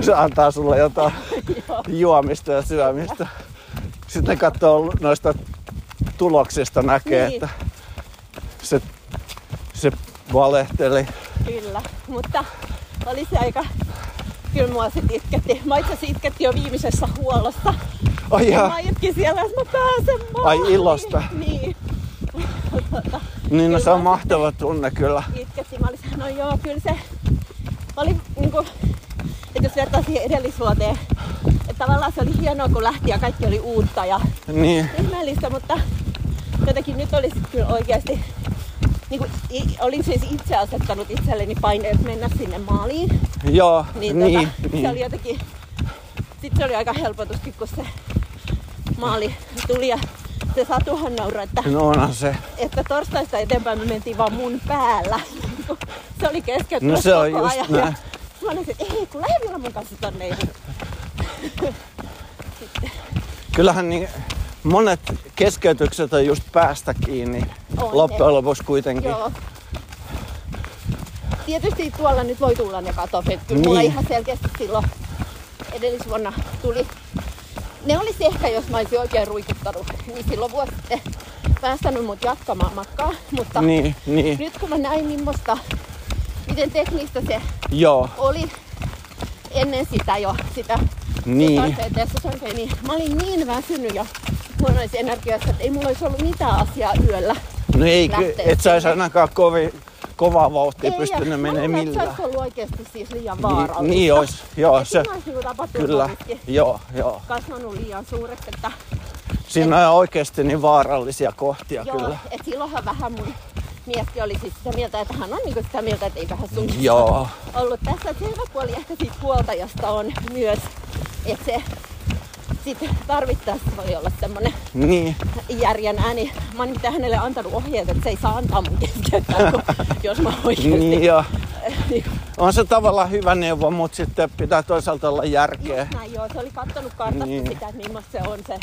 Se antaa sulle jotain juomista ja syömistä. Sitten katsoo noista tuloksista näkee, Niin. että se, se valehteli. Kyllä, mutta oli se aika... Kyllä mua sit itketti. Mä itse asiassa itketti jo viimeisessä huollossa. Ai Ja. ihan, Mä itkin siellä, jos mä pääsen maahan. Ai ilosta. Niin, niin no, se on kyllä. mahtava tunne kyllä. itketti. Mä olin se, no joo, kyllä se oli niinku... Että jos vertaa siihen edellisvuoteen, että tavallaan se oli hienoa, kun lähti ja kaikki oli uutta ja Niin, ihmeellistä, mutta jotenkin nyt olisi kyllä oikeasti, niin kuin, i, olin siis itse asettanut itselleni paineet mennä sinne maaliin, joo, niin, niin, tota, se oli niin. jotenkin, sitten se oli aika helpotuskin, kun se maali tuli ja se satuhan nauraa, että, No onhan se. että torstaista eteenpäin me mentiin vaan mun päällä. se oli kesken No se on just näin. Mä olin, se, että ei kun lähde vielä mun kanssa tonne. Ja Kyllähän niin, monet keskeytykset on just päästä kiinni On loppujen lopuksi kuitenkin. Joo. Tietysti tuolla nyt voi tulla ne katot, että kyllä mulla Niin. ihan selkeästi silloin edellisvuonna tuli. Ne olisi ehkä, jos mä olisin oikein ruikuttanut, niin silloin vuosi sitten päästänyt mut jatkamaan matkaa. Mutta niin. Niin, niin, nyt kun mä näin millaista, miten teknistä se joo, oli ennen sitä jo, sitä niin, tässä sorteen, niin mä olin niin väsynyt ja huonoissa energiassa, että ei mulla olisi ollut mitään asiaa yöllä. no ei, ky- lähtee et sä ois ainakaan kovi, kovaa vauhtia ja pystynyt menemään mä luulen, että millään. Se olisi ollut oikeasti siis liian vaarallista. Niin, niin ois, joo, Et se, siinä olisi niinku tapahtunut kyllä, No riski joo, joo. kasvanut liian suureksi, että Siinä on oikeasti niin vaarallisia kohtia joo, kyllä. et silloinhan vähän mun mieskin oli siis sitä mieltä, että hän on niinku sitä mieltä, että eiköhän sun Joo, ollut tässä. Et se hyvä puoli ehkä siitä huoltajasta on myös, että se sit tarvittaessa voi olla semmonen niin, järjen ääni. Mä oon nimittäin hänelle antanut ohjeet, että se ei saa antaa mun keskeyttää, kun- jos mä oikeesti niin niin. joo. On se tavallaan hyvä neuvo, mutta sitten pitää toisaalta olla järkeä. Just näin, joo. Se oli kattonut kartasta Niin. niin. sitä, että millaista se on se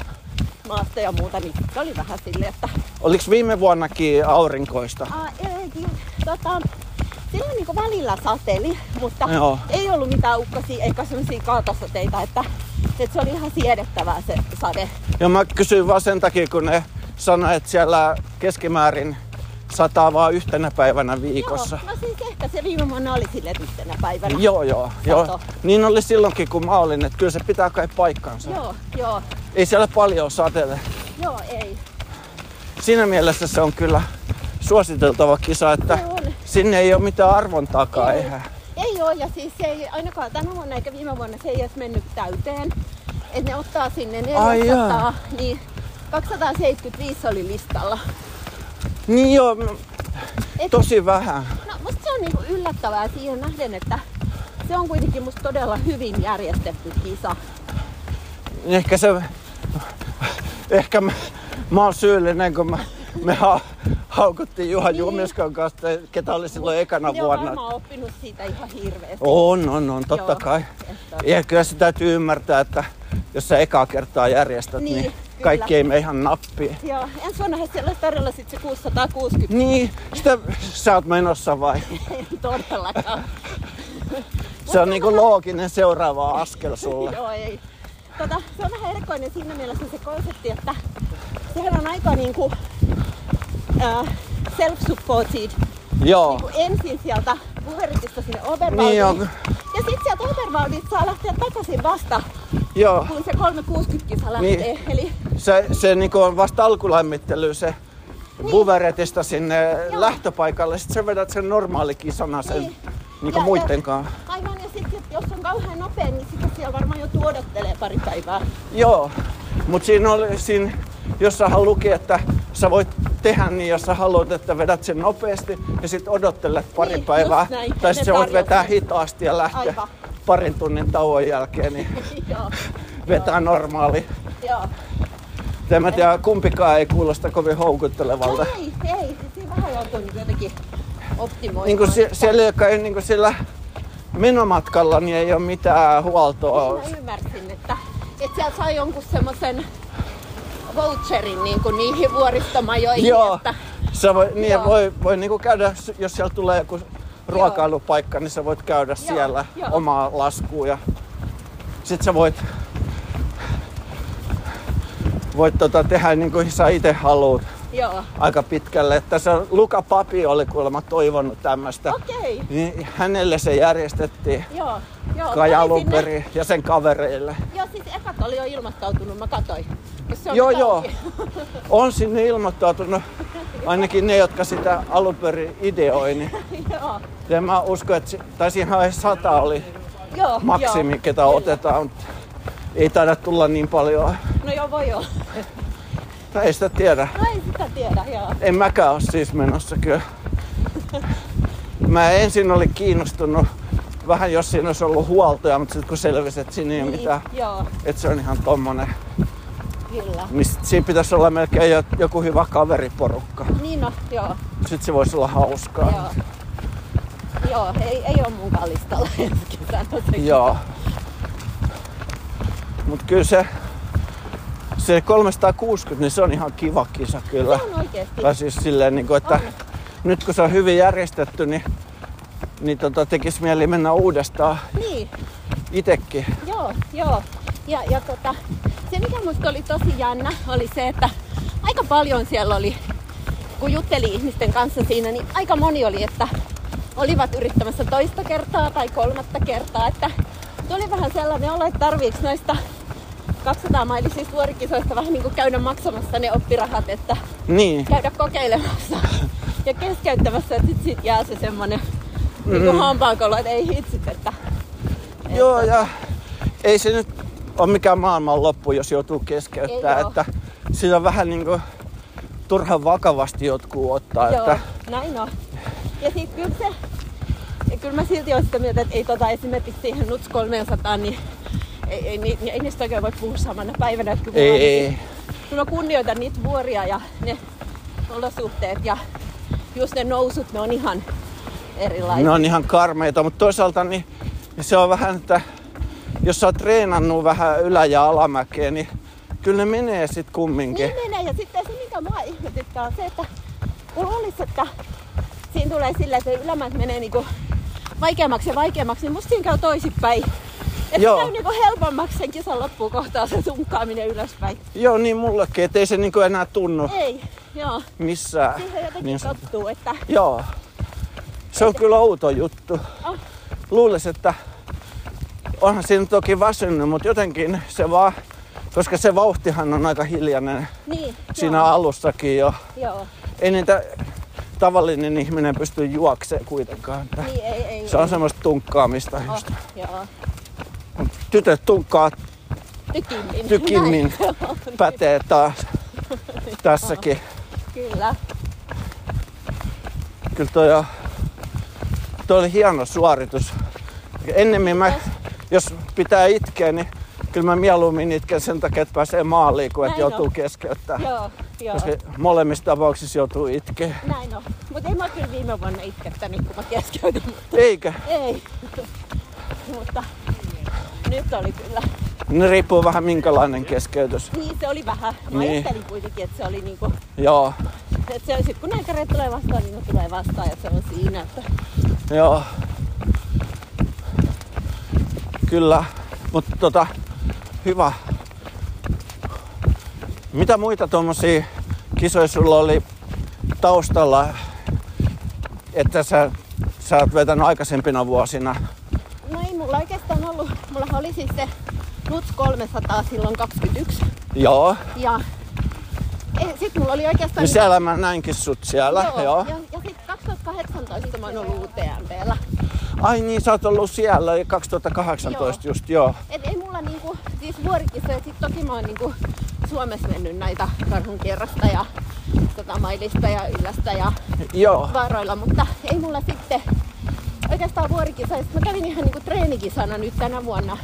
maasto ja muuta, niin se oli vähän silleen, että Oliko viime vuonnakin aurinkoista? aa, ei, ki- tota, silloin niinku välillä sateli, mutta Joo. ei ollut mitään ukkosia eikä sellaisia kaatosateita, että, että se oli ihan siedettävää se sade. Ja mä kysyin vaan sen takia, kun ne sanoi, että siellä keskimäärin sataa vaan yhtenä päivänä viikossa. Joo, no siis ehkä se viime vuonna oli silleen että yhtenä päivänä. Joo, joo, joo. Niin oli silloinkin, kun mä olin, että kyllä se pitää kai paikkansa. Joo, joo, Ei siellä paljon satele. joo, ei. Siinä mielessä se on kyllä suositeltava kisa, että Se on. sinne ei ole mitään arvontaakaan Ei. eihän. Ei oo, ja siis se ei ainakaan tänä vuonna eikä viime vuonna se ei edes mennyt täyteen. Et ne ottaa sinne Ai 400, niin 275 oli listalla. Niin joo, m- Et, tosi vähän. no, musta se on niinku yllättävää siihen nähden, että se on kuitenkin musta todella hyvin järjestetty kisa. Ehkä se... Ehkä mä, mä oon syyllinen, kun mä, me ha, haukuttiin Juha Niin. Jumiskan kanssa, ketä oli silloin ekana ne on vuonna. Oh. varmaan oppinut siitä ihan hirveästi. On, on, on, totta Joo. kai. Että- Ja kyllä se täytyy ymmärtää, että jos sä ekaa kertaa järjestät, niin, Niin, niin kyllä. kaikki ei mene ihan nappiin. Joo, ensi vuonna siellä olisi tarjolla sit se 660, Niin, sitä sä oot menossa vai? ei todellakaan. Se on niinku looginen seuraava askel sulle. Joo, ei. Tota, se on vähän erikoinen siinä mielessä se konsepti, että sehän on aika niinku äh, self-supported. Joo, Niinku ensin sieltä Uberitista sinne Oberwaldiin. Oh. Niin on. Ja sitten sieltä Oberwaldista saa lähteä takaisin vasta, joo. kun se 360-kisa lähtee. Niin. Eli Se, se niinku on vasta alkulämmittely se buveretista sinne Niin. Joo. lähtöpaikalle. Sitten sä vedät sen normaalikisana sen Niin. niinku Ja- muitten ja- kanssa. aivan, ja sitten jos on kauhean nopea, niin sitten siellä varmaan jo tuodottelee pari päivää. Joo, mutta siinä oli siinä jossahan luki, että sä voit tehdä niin, jos sä haluat, että vedät sen nopeasti ja sitten odottelet pari Niin, päivää. just näin. Tai Ne sitten sä voit tarjoaa vetää sen. hitaasti ja lähteä Aivan. parin tunnin tauon jälkeen, niin joo, vetää normaali. joo. En mä tiedä, kumpikaan ei kuulosta kovin houkuttelevalta. No Ei, ei, siinä vähän joutuu niinku jotenkin optimoimaan. Niin kuin sie- siellä, joka ei niin kuin sillä menomatkalla, niin ei ole mitään huoltoa. Mä ymmärsin, että, että sieltä sai jonkun semmoisen voucherin niin kuin niihin vuoristomajoihin. Joo, Että, sä voi, niin Joo. voi, voi niinku käydä, s- jos siellä tulee joku ruokailupaikka, niin sä voit käydä Joo, siellä joo. omaa laskuun. Ja sit sä voit, voit tota, tehdä niin kuin sä itse haluut joo. aika pitkälle. Että se Luka Papi oli kuulemma toivonut tämmöistä. Okei. Niin hänelle se järjestettiin Joo, joo. Kai Tuli alun sinne- perin ja sen kavereille. Joo, siis ekat oli jo ilmoittautunut, mä katoin. Jos se on Joo, nyt joo. auki. On sinne ilmoittautunut ainakin ne, jotka sitä alun perin ideoi. Niin joo, Ja mä uskon, että si- tai siinähän sata oli joo, maksimi, Joo. ketä otetaan, mutta ei taida tulla niin paljon. No joo, voi joo. Tai ei sitä tiedä. No ei sitä tiedä, joo. En mäkään ole siis menossa kyllä. Mä ensin olin kiinnostunut vähän, jos siinä olisi ollut huoltoja, mutta sitten kun selvisi, että siinä ei Niin. ole mitään, Joo, että se on ihan tommonen, kyllä. niin sit siinä pitäisi olla melkein jo- joku hyvä kaveriporukka. Niin no, joo, Sitten se voisi olla hauskaa. joo. Joo, ei, ei ole mun listalla ensi kesänä se. Joo. Mut kyllä se, se 360, niin se on ihan kiva kisa kyllä. Se on oikeesti. Tai siis silleen, niin kuin, että nyt kun se on hyvin järjestetty, niin, niin tota, tekis mieli mennä uudestaan Niin, itekin. joo, joo. Ja, ja tota, se mikä musta oli tosi jännä oli se, että aika paljon siellä oli, kun jutteli ihmisten kanssa siinä, niin aika moni oli, että olivat yrittämässä toista kertaa tai kolmatta kertaa, että tuli vähän sellainen olo, että tarviiks noista 200 mailisista vuorikisoista vähän niin kuin käydä maksamassa ne oppirahat, että Niin, käydä kokeilemassa ja keskeyttämässä, että sit, sit jää se semmonen mm. niin kuin hampaankolo, että ei hitsit, että joo ja ei se nyt ole mikään maailman loppu, jos joutuu keskeyttämään. Ei oo. Että sitä vähän niin kuin turhan vakavasti jotkut ottaa. Että, Joo, näin on. Ja sit kyllä se, ja kyllä mä silti olen sitä mieltä, että ei tota esimerkiksi siihen Nuts 300, niin ei, ei, ei, ei niistä oikein voi puhua samana päivänä. Että kyllä, ei, mä, ei, kyllä mä kunnioitan niitä vuoria ja ne olosuhteet ja just ne nousut, ne on ihan erilaiset. Ne on ihan karmeita, mutta toisaalta niin, niin se on vähän, että jos sä oot treenannut vähän ylä- ja alamäkeä, niin kyllä ne menee sit kumminkin. Niin menee. Ja sitten se, mikä mua ihmetyttää, on se, että kun luulisi, että siinä tulee silleen, että ylämät menee niinku vaikeammaksi ja vaikeammaksi, niin musta siinä käy toisinpäin. Että Joo. se käy niinku helpommaksi sen kisan loppuun kohtaan se sunkkaaminen ylöspäin. Joo, niin mullekin, ettei se niinku enää tunnu Ei, joo. missään. Siihen jotenkin Niin niin sanottu. tottuu, että Joo. Se on kyllä outo juttu. Ah. Luulis, että onhan siinä toki väsynyt, mutta jotenkin se vaan, koska se vauhtihan on aika hiljainen niin, siinä joo, alussakin jo. joo. Ei niitä tavallinen ihminen pysty juokseen kuitenkaan. Että. Niin, ei, ei. Se on semmoista tunkkaamista ei. Oh, just. joo. Tytöt tunkkaa Tykimmin. tykimmin. Pätee taas tässäkin. Näin, kyllä. Kyllä toi, on, toi oli hieno suoritus. Ennemmin mä, jos pitää itkeä, niin kyllä mä mieluummin itken sen takia, että pääsee maaliin, kuin että Näin on. joutuu keskeyttämään. Joo, joo. Koska molemmissa tapauksissa joutuu itkeä. Näin on. Mutta en mä kyllä viime vuonna itkettänyt, kun mä keskeytin. Eikä. Ei. Mutta nyt oli kyllä. Ne riippuu vähän minkälainen keskeytys. Niin se oli vähän. Mä Niin. niin. ajattelin kuitenkin, että se oli niinku, Joo. että se on sit, kun aikareet tulee vastaan, niin ne tulee vastaan ja se on siinä. Että, Joo. Kyllä, mutta tota, hyvä. Mitä muita tuommoisia kisoja sulla oli taustalla, että sä, sä oot vetänyt aikaisempina vuosina? no ei mulla oikeastaan ollut, mulla oli siis se Nuts 300 silloin 21 Joo. ja ei, sit mulla oli oikeastaan... Niin siellä mä näinkin sut siellä, joo. joo, Ja, ja sit 2018 mä oon ollut UTMPllä. Ai niin, sä oot ollut siellä 2018 just, joo. Et ei mulla niinku, siis vuorikisoja, sit toki mä oon niinku Suomessa mennyt näitä karhun kerrasta ja satamailista ja yllästä ja Joo, vaaroilla, mutta ei mulla sitten oikeastaan vuorikisoja. Sit mä kävin ihan niinku treenikisana nyt tänä vuonna,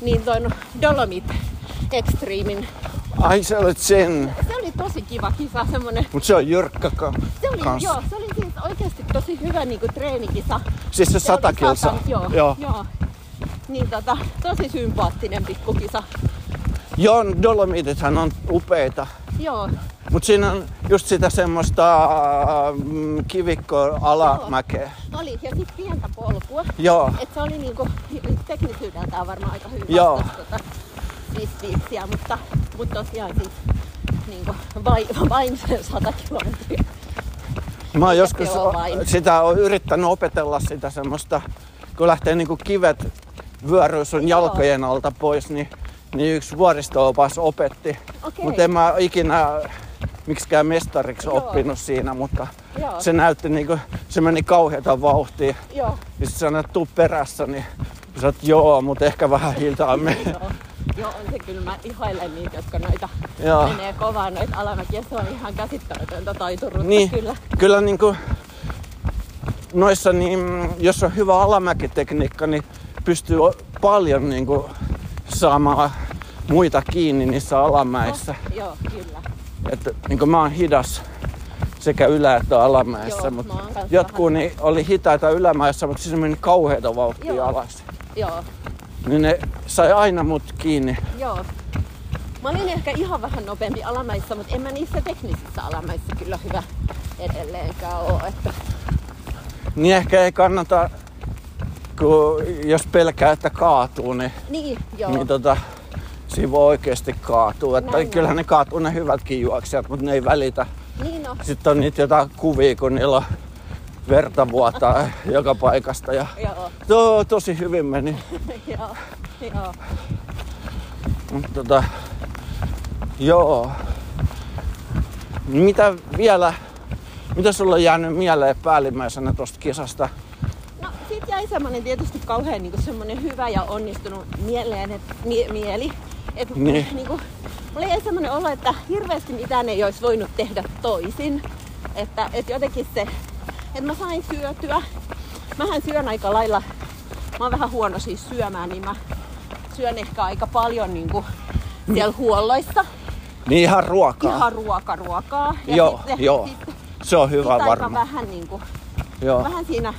niin ton Dolomit Extremin. ai sä olet sen. Se oli tosi kiva kisa, semmonen. Mut se on jyrkkä ka- Se oli, kans. joo, se oli siis oikeasti tosi hyvä niinku treenikisa. Siis se, Se oli sata kilsaa. Joo, joo. joo. Niin tota, tosi sympaattinen pikkukisa. Joo, dolomitithan on upeita. Joo, Mutta siinä on just sitä semmoista mm, kivikko alamäkeä. oli. No niin, Ja sitten pientä polkua. Joo, Et se oli niinku teknisyydeltään varmaan aika hyvin Joo. vastattu tota ristiiksiä, mutta, mutta tosiaan siis niinku vain, vain se 100 kilometriä. mä oon joskus se on vain. sitä on yrittänyt opetella sitä semmoista, kun lähtee niinku kivet vyöryy sun Joo. jalkojen alta pois, niin, niin yksi vuoristoopas opetti. Okei. Mutta en mä ikinä miksikään mestariksi Joo. oppinut siinä, mutta Joo. se näytti niinku, se meni kauheata vauhtia. Joo, Ja sit sanoit, tuu perässä, niin sä oot, joo, mutta ehkä vähän hitaammin. joo. Joo, on se kyllä. Mä ihailen niitä, jotka noita Joo. menee kovaa noita alamäkiä. Se on ihan käsittämätöntä taituruutta niin, kyllä. kyllä niin kuin noissa, niin jos on hyvä alamäkitekniikka, niin pystyy o- paljon niin kuin saamaan muita kiinni niissä alamäissä. Oh, joo, kyllä. Että niin kuin mä oon hidas sekä ylä- että alamäessä, Joo, mutta mä oon kanssa jotkut niin oli hitaita ylämäessä, mutta siis meni kauheita vauhtia Joo. alas. Joo, Niin ne sai aina mut kiinni. joo. Mä olin ehkä ihan vähän nopeampi alamäissä, mutta en mä niissä teknisissä alamäissä kyllä hyvä edelleenkään ole. Että Niin ehkä ei kannata, kun jos pelkää, että kaatuu, niin Niin, joo. niin tota, siinä voi oikeasti kaatua. Että Näin on. kyllähän ne kaatuu ne hyvätkin juoksijat, mutta ne ei välitä. Niin no, Sitten on niitä jotain kuvia, kun niillä on verta vuotaa joka paikasta. Ja joo, to, tosi hyvin meni. joo, joo. Mut tota, joo. Mitä vielä, mitä sulla on jäänyt mieleen päällimmäisenä tuosta kisasta? No sit jäi semmonen tietysti kauhean niinku semmonen hyvä ja onnistunut mieleen, et, mie, mieli. Et, Niin. niinku, mulla jäi semmonen olo, että hirveästi mitään ei olisi voinut tehdä toisin. Että et jotenkin se, että mä sain syötyä. Mähän syön aika lailla, mä oon vähän huono siis syömään, niin mä syön ehkä aika paljon niinku siellä huolloissa. Niin ihan ruokaa. Ihan ruoka ruokaa. Ja joo, sitten, joo. Sitten, se on hyvä sitten aika varmaan. vähän niinku Joo. vähän siinä,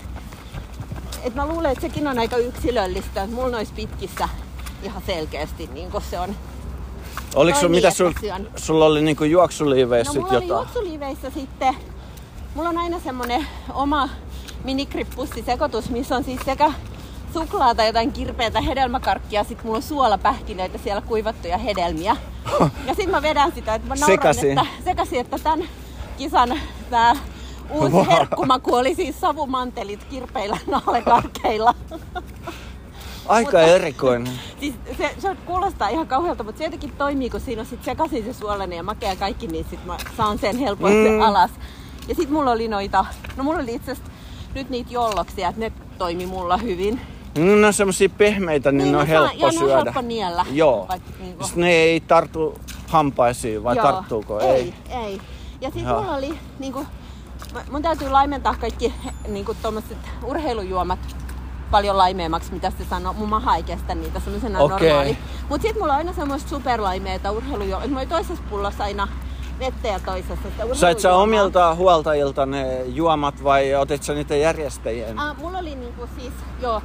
että mä luulen, että sekin on aika yksilöllistä, että mulla noissa pitkissä ihan selkeästi niin se on. Oliko sun, toimii, mitä että sul, syön. sulla oli niinku juoksuliiveissä No sit mulla oli jotain? juoksuliiveissä sitten, mulla on aina semmonen oma minikrippussisekoitus, missä on siis sekä suklaata, jotain kirpeätä hedelmäkarkkia, sit mulla on suolapähkinöitä, siellä kuivattuja hedelmiä. Ja sit mä vedän sitä, että mä nauran, Sekaisin. että sekaisin, että tämän kisan tää uusi Vau. herkkumaku oli siis savumantelit kirpeillä naalekarkeilla. Aika Mutta- erikoinen. Siis se, se kuulostaa ihan kauhealta, mutta se jotenkin toimii, kun siinä on sit sekaisin se suolainen ja makea ja kaikki, niin sit mä saan sen helposti Mm. mm. alas. Ja sit mulla oli noita, no mulla oli itse asiassa nyt niitä jolloksia, että ne toimi mulla hyvin. No, ne on semmosia pehmeitä, niin, ne on saa- helppo joo, ne on syödä. helppo niellä. Joo. Vaikka niinku- Siis ne ei tartu hampaisiin vai Joo. tarttuuko? Ei, ei. Ja sit Joo. mulla oli niinku, mä- mun täytyy laimentaa kaikki niinku tommoset urheilujuomat paljon laimeemmaksi, mitä se sanoo. Mun maha ei kestä niitä semmoisena Okei. normaali. Mut sit mulla on aina semmoista superlaimeita urheilujuomaa. Mulla oli toisessa pullossa aina vettä ja toisessa sitä Sait sä urheilujuomaa. omilta huoltajilta ne juomat vai otit sä niitä järjestäjien? Ah, mulla oli niinku siis, joo,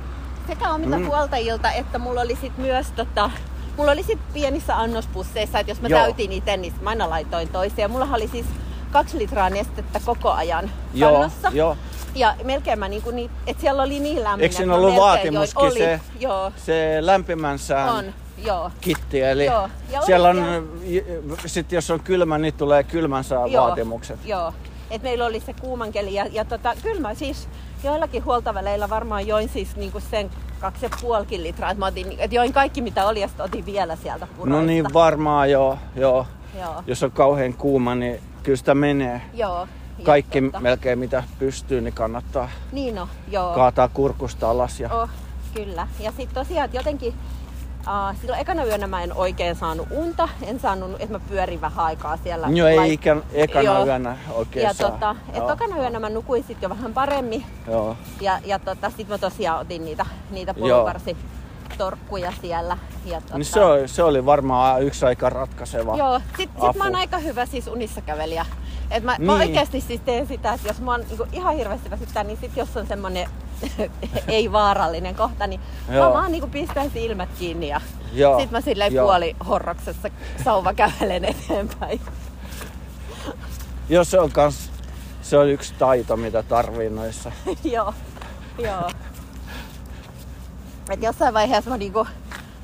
sekä omilta mm. huoltajilta, että mulla oli sit myös tota, mulla oli sit pienissä annospusseissa, että jos mä Joo. joo. täytin itse, niin sit mä aina laitoin toiseen. Ja mulla oli siis kaksi litraa nestettä koko ajan Joo, kannossa. joo. Ja melkein mä niinku niin, että siellä oli niin lämmin. Eikö siinä että mä ollut melkein vaatimuskin join- oli, se- Joo, Se lämpimän sään on, joo. kitti, eli Joo. Ja siellä on, oikein- sit jos on kylmä, niin tulee kylmän sään vaatimukset. Joo. Et meillä oli se kuuman keli ja, ja tota, kyllä mä siis joillakin huoltaväleillä varmaan join siis niinku sen kaksi ja puolikin litraa. Et mä otin, et join kaikki mitä oli ja sit otin vielä sieltä puroista. No niin, varmaan joo, joo. Joo. Jos on kauhean kuuma, niin kyllä sitä menee. Joo. Ja Kaikki tota, melkein mitä pystyy, niin kannattaa Niin no, joo. kaataa kurkusta alas. Ja... Oh, kyllä. Ja sitten tosiaan että jotenkin Uh, silloin ekana yönä mä en oikein saanut unta, en saanut, että mä pyörin vähän aikaa siellä. Joo, ei lait- ikän, ekana Joo. yönä oikein Ja saa. tota, et Joo. tokana yönä mä nukuin sit jo vähän paremmin, Joo. Niin Ja, ja tota, sit mä tosiaan otin niitä, niitä Joo. polvarsitorkkuja siellä. Ja tota, Niin se, oli, se oli varmaan yksi aika ratkaiseva. Joo, sit, sit apu. mä oon aika hyvä siis unissa kävelijä. Et mä, niin. mä Niin. oikeasti siis teen sitä, että jos mä oon niinku ihan hirveästi väsyttää, niin sit jos on semmonen ei-vaarallinen kohta, niin mä Joo. vaan niinku pistän silmät kiinni ja Joo, sit mä silleen joo. puoli horroksessa sauva kävelen eteenpäin. Joo, se on kans, se on yksi taito, mitä tarvii noissa. joo, joo. Et jossain vaiheessa mä niinku,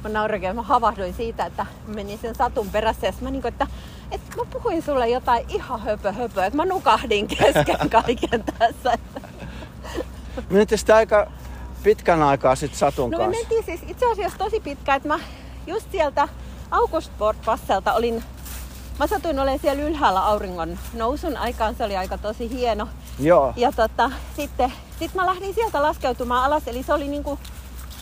mä nauroin, että mä havahduin siitä, että mä menin sen satun perässä ja sit mä niinku, että et mä puhuin sulle jotain ihan höpö höpö, että mä nukahdin kesken kaiken tässä. Että Menitte sitä aika pitkän aikaa sit Satun No me kanssa. mentiin siis itse asiassa tosi pitkään, että mä just sieltä Augustborgpasselta olin, mä satuin olemaan siellä ylhäällä auringon nousun aikaan, se oli aika tosi hieno. Joo, Ja tota, sitten sit mä lähdin sieltä laskeutumaan alas, eli se oli niinku,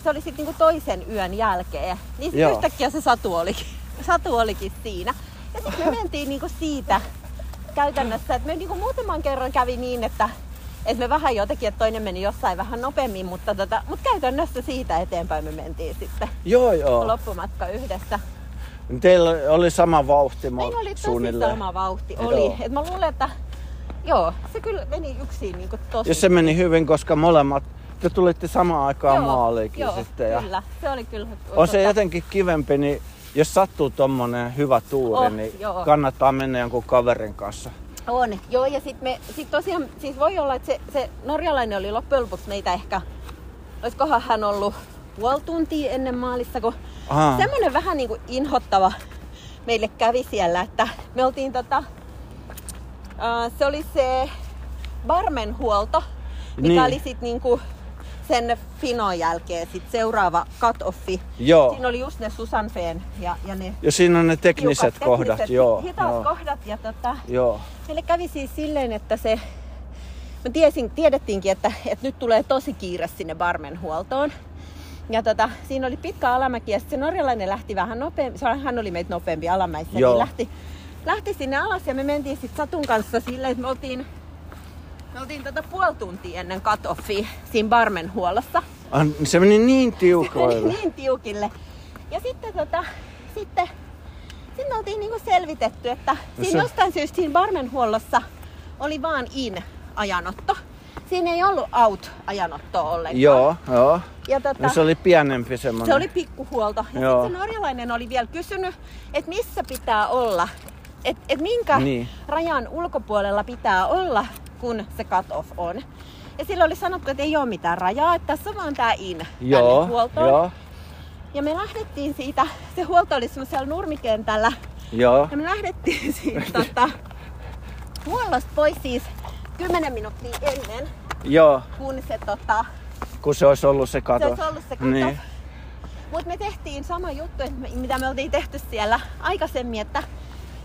se oli sit niinku toisen yön jälkeen. Niin sit Joo. yhtäkkiä se satu olikin, satu olikin siinä. Ja sitten me mentiin niinku siitä käytännössä, että me niinku muutaman kerran kävi niin, että et me vähän jotenkin, että toinen meni jossain vähän nopeammin, mutta tota, mut käytännössä siitä eteenpäin me mentiin sitten joo, joo. loppumatka yhdessä. Teillä oli sama vauhti Meillä oli tosi suunnilleen. sama vauhti, Joo. oli. Et mä luulen, että joo, se kyllä meni yksin niinku tosi Ja se meni hyvin, koska molemmat, te tulitte samaan aikaan Joo, maaliinkin joo, sitten. Ja Kyllä, se oli kyllä. on se tota, jotenkin kivempi, niin jos sattuu tommonen hyvä tuuri, Oh, niin joo. kannattaa mennä jonkun kaverin kanssa. On, joo ja sitten me, sit tosiaan, siis voi olla, että se, se norjalainen oli loppujen lopuksi meitä ehkä, olisikohan hän ollut puoli tuntia ennen maalissa, kun Aha. semmoinen vähän niin kuin inhottava meille kävi siellä, että me oltiin tota, ää, se oli se barmenhuolto, mikä Niin. oli sitten niinku sen Finon jälkeen sit seuraava cut-offi. Joo. Siinä oli just ne Susan Feen ja, ja ne Ja siinä on ne tekniset tiukat kohdat, joo. Hitaat joo. kohdat ja tota, joo. meille kävi siis silleen, että se, mä tiesin, tiedettiinkin, että, että nyt tulee tosi kiire sinne barmenhuoltoon. Ja tota, siinä oli pitkä alamäki ja sitten se norjalainen lähti vähän nopeampi, se- hän oli meitä nopeampi alamäissä, Joo. niin lähti, lähti sinne alas ja me mentiin sitten Satun kanssa silleen, että me oltiin, me oltiin tota puoli tuntia ennen cut-offia siinä barmenhuollossa Ah, Se meni niin meni tiukoille. niin tiukille. Ja sitten tota, sitten, sitten me oltiin niinku selvitetty, että No siinä se- jostain syystä siinä barmenhuollossa oli vaan in-ajanotto. Siinä ei ollut out-ajanottoa ollenkaan. Joo, joo. Ja tota, No se oli pienempi semmonen. se oli pikkuhuolto. Ja Joo. sitten se norjalainen oli vielä kysynyt, että missä pitää olla, että et minkä Niin. rajan ulkopuolella pitää olla, kun se cut-off on. Ja silloin oli sanottu, että ei ole mitään rajaa, että tässä on vaan tää in Joo, tänne huoltoon. joo, Ja me lähdettiin siitä, se huolto oli semmoisella nurmikentällä, joo. ja me lähdettiin siitä tota, huollosta pois siis 10 minuuttia ennen, Joo, kun se tota, kun se olisi ollut se kato. se olisi ollut se kato. Niin. Niin. Mutta me tehtiin sama juttu, että me- mitä me oltiin tehty siellä aikaisemmin, että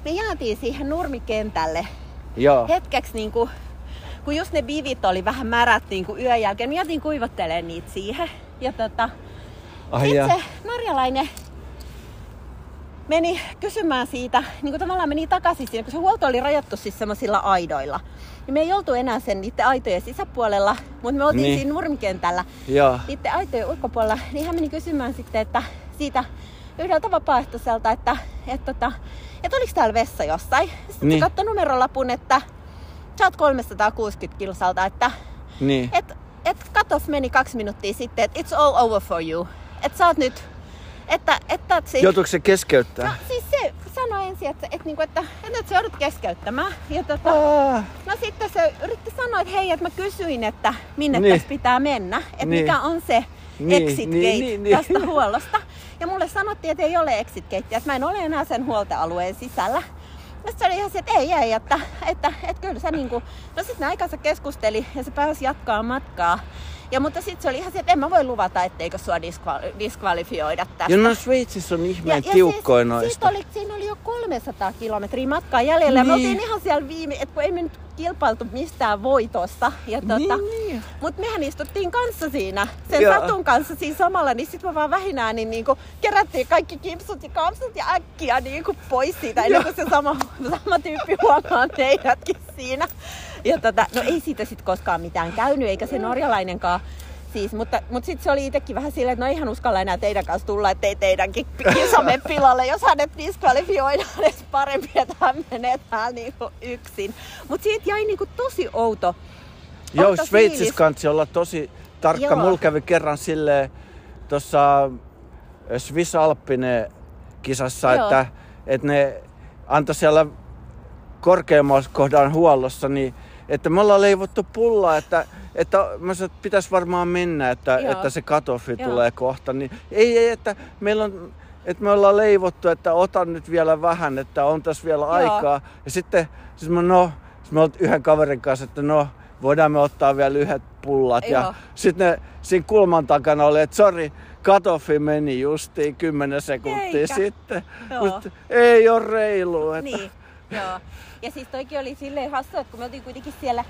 me jäätiin siihen nurmikentälle Joo, hetkeksi niin kuin, kun just ne bivit oli vähän märät niin kuin yön jälkeen, niin jätin kuivattelee niitä siihen. Ja tota, ai Sitten ja. se norjalainen meni kysymään siitä, niin kuin tavallaan meni takaisin siinä, kun se huolto oli rajattu siis semmoisilla aidoilla. Ja me ei oltu enää sen niiden aitojen sisäpuolella, mutta me oltiin Niin. niin. siinä nurmikentällä Joo, niiden aitojen ulkopuolella. Niin hän meni kysymään sitten, että siitä yhdeltä vapaaehtoiselta, että, että, että, että oliko täällä vessa jossain. Sitten Niin. niin. katsoi numerolapun, että sä oot 360 kilsalta, että niin. et, et cutoff meni kaksi minuuttia sitten, että it's all over for you. Et sä oot nyt, että, että et, Joutuiko se No keskeyttää? siis se sanoi ensin, että, että, niinku, että, että nyt sä joudut keskeyttämään. Ja tota, Ah, no sitten se yritti sanoa, että hei, että mä kysyin, että minne Niin. niin. tässä pitää mennä. Että Niin. niin. mikä on se Niin, niin, exit gate niin, niin. tästä huollosta. Ja mulle sanottiin, että ei ole exit gate, että mä en ole enää sen huoltoalueen sisällä. Ja sitten se oli ihan se, että ei, ei, että, että, että kyllä sä niinku... No sitten ne aikansa keskusteli ja se pääsi jatkaa matkaa. Ja mutta sitten se oli ihan se, että en mä voi luvata, etteikö sua diskval- diskvalifioida tästä. ja no Sveitsissä on ihmeen tiukkoja noista. siis Siitä oli, siinä oli jo 300 kilometriä matkaa jäljellä. Niin. Me Niin. oltiin ihan siellä viime, että kun ei me nyt kilpailtu mistään voitosta. Ja tota, Niin, niin. Mutta mehän istuttiin kanssa siinä, sen Joo. Joo. satun kanssa siinä samalla, niin sitten me vaan vähinään niin niinku kerättiin kaikki kimpsut ja kampsut ja äkkiä niinku pois siitä, ennen kuin se sama, sama tyyppi huomaa teidätkin siinä. Ja tota, no ei siitä sitten koskaan mitään käynyt, eikä se norjalainenkaan siis, mutta, mutta sitten se oli itsekin vähän silleen, että no ihan uskalla enää teidän kanssa tulla, ettei teidänkin kisamme pilalle. Jos hänet diskvalifioidaan, edes parempi, että hän menee täällä niinku yksin. Mutta siitä jäi niinku tosi outo. Joo, outo Sveitsissä fiilis. kansi olla tosi tarkka. Joo. Mulla kävi kerran silleen tuossa Swiss Alppine kisassa, Joo. että, että ne antoi siellä korkeammassa kohdan huollossa, niin että me ollaan leivottu pullaa, että, että mä sanoin, että pitäisi varmaan mennä, että, Joo. että se katoffi Joo. tulee kohta. Niin, ei, ei, että meillä on että me ollaan leivottu, että otan nyt vielä vähän, että on tässä vielä aikaa. Ja sitten siis mä, no, sit mä oon yhden kaverin kanssa, että no, voidaan me ottaa vielä yhdet pullat. Joo. Ja sitten siinä kulman takana oli, että sori, katoffi meni justiin 10 sekuntia Eikä. sitten. Joo. Mutta ei ole reilu. Että... Niin, joo. Ja siis toikin oli silleen hassua, että kun me oltiin kuitenkin siellä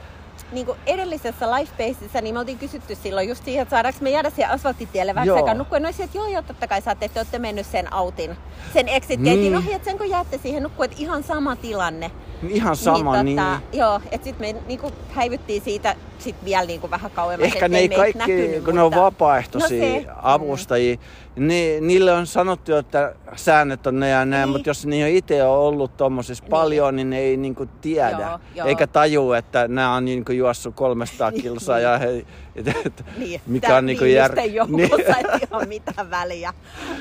niin kuin edellisessä Lifebaseissa, niin me oltiin kysytty silloin just siihen, että saadaanko me jäädä siihen asfalttitielle vähän Joo. aikaa nukkua. No että joo, joo, totta kai saatte, että te olette mennyt sen autin, sen exit mm. Niin. ohi, että sen kun jäätte siihen nukkua, että ihan sama tilanne. Ihan sama, niin. tota, Joo, että sitten me niin kuin, häivyttiin siitä sit vielä niin kuin, vähän kauemmas, Ehkä ettei ne ei meitä kaikki, näkynyt, kun ne on mutta- vapaaehtoisia No se, avustajia, niin niille on sanottu, että säännöt on ne ja näin, Niin. mutta jos ne ei itse ole ollut tuommoisissa Niin. paljon, niin ne ei niinku tiedä. Joo, joo. Eikä tajuu, että nämä on niinku juossut 300 kilsaa ja he, et, et, Niin, mikä tää on niinku viimeisten järkeä. joukossa, ei ole mitään väliä.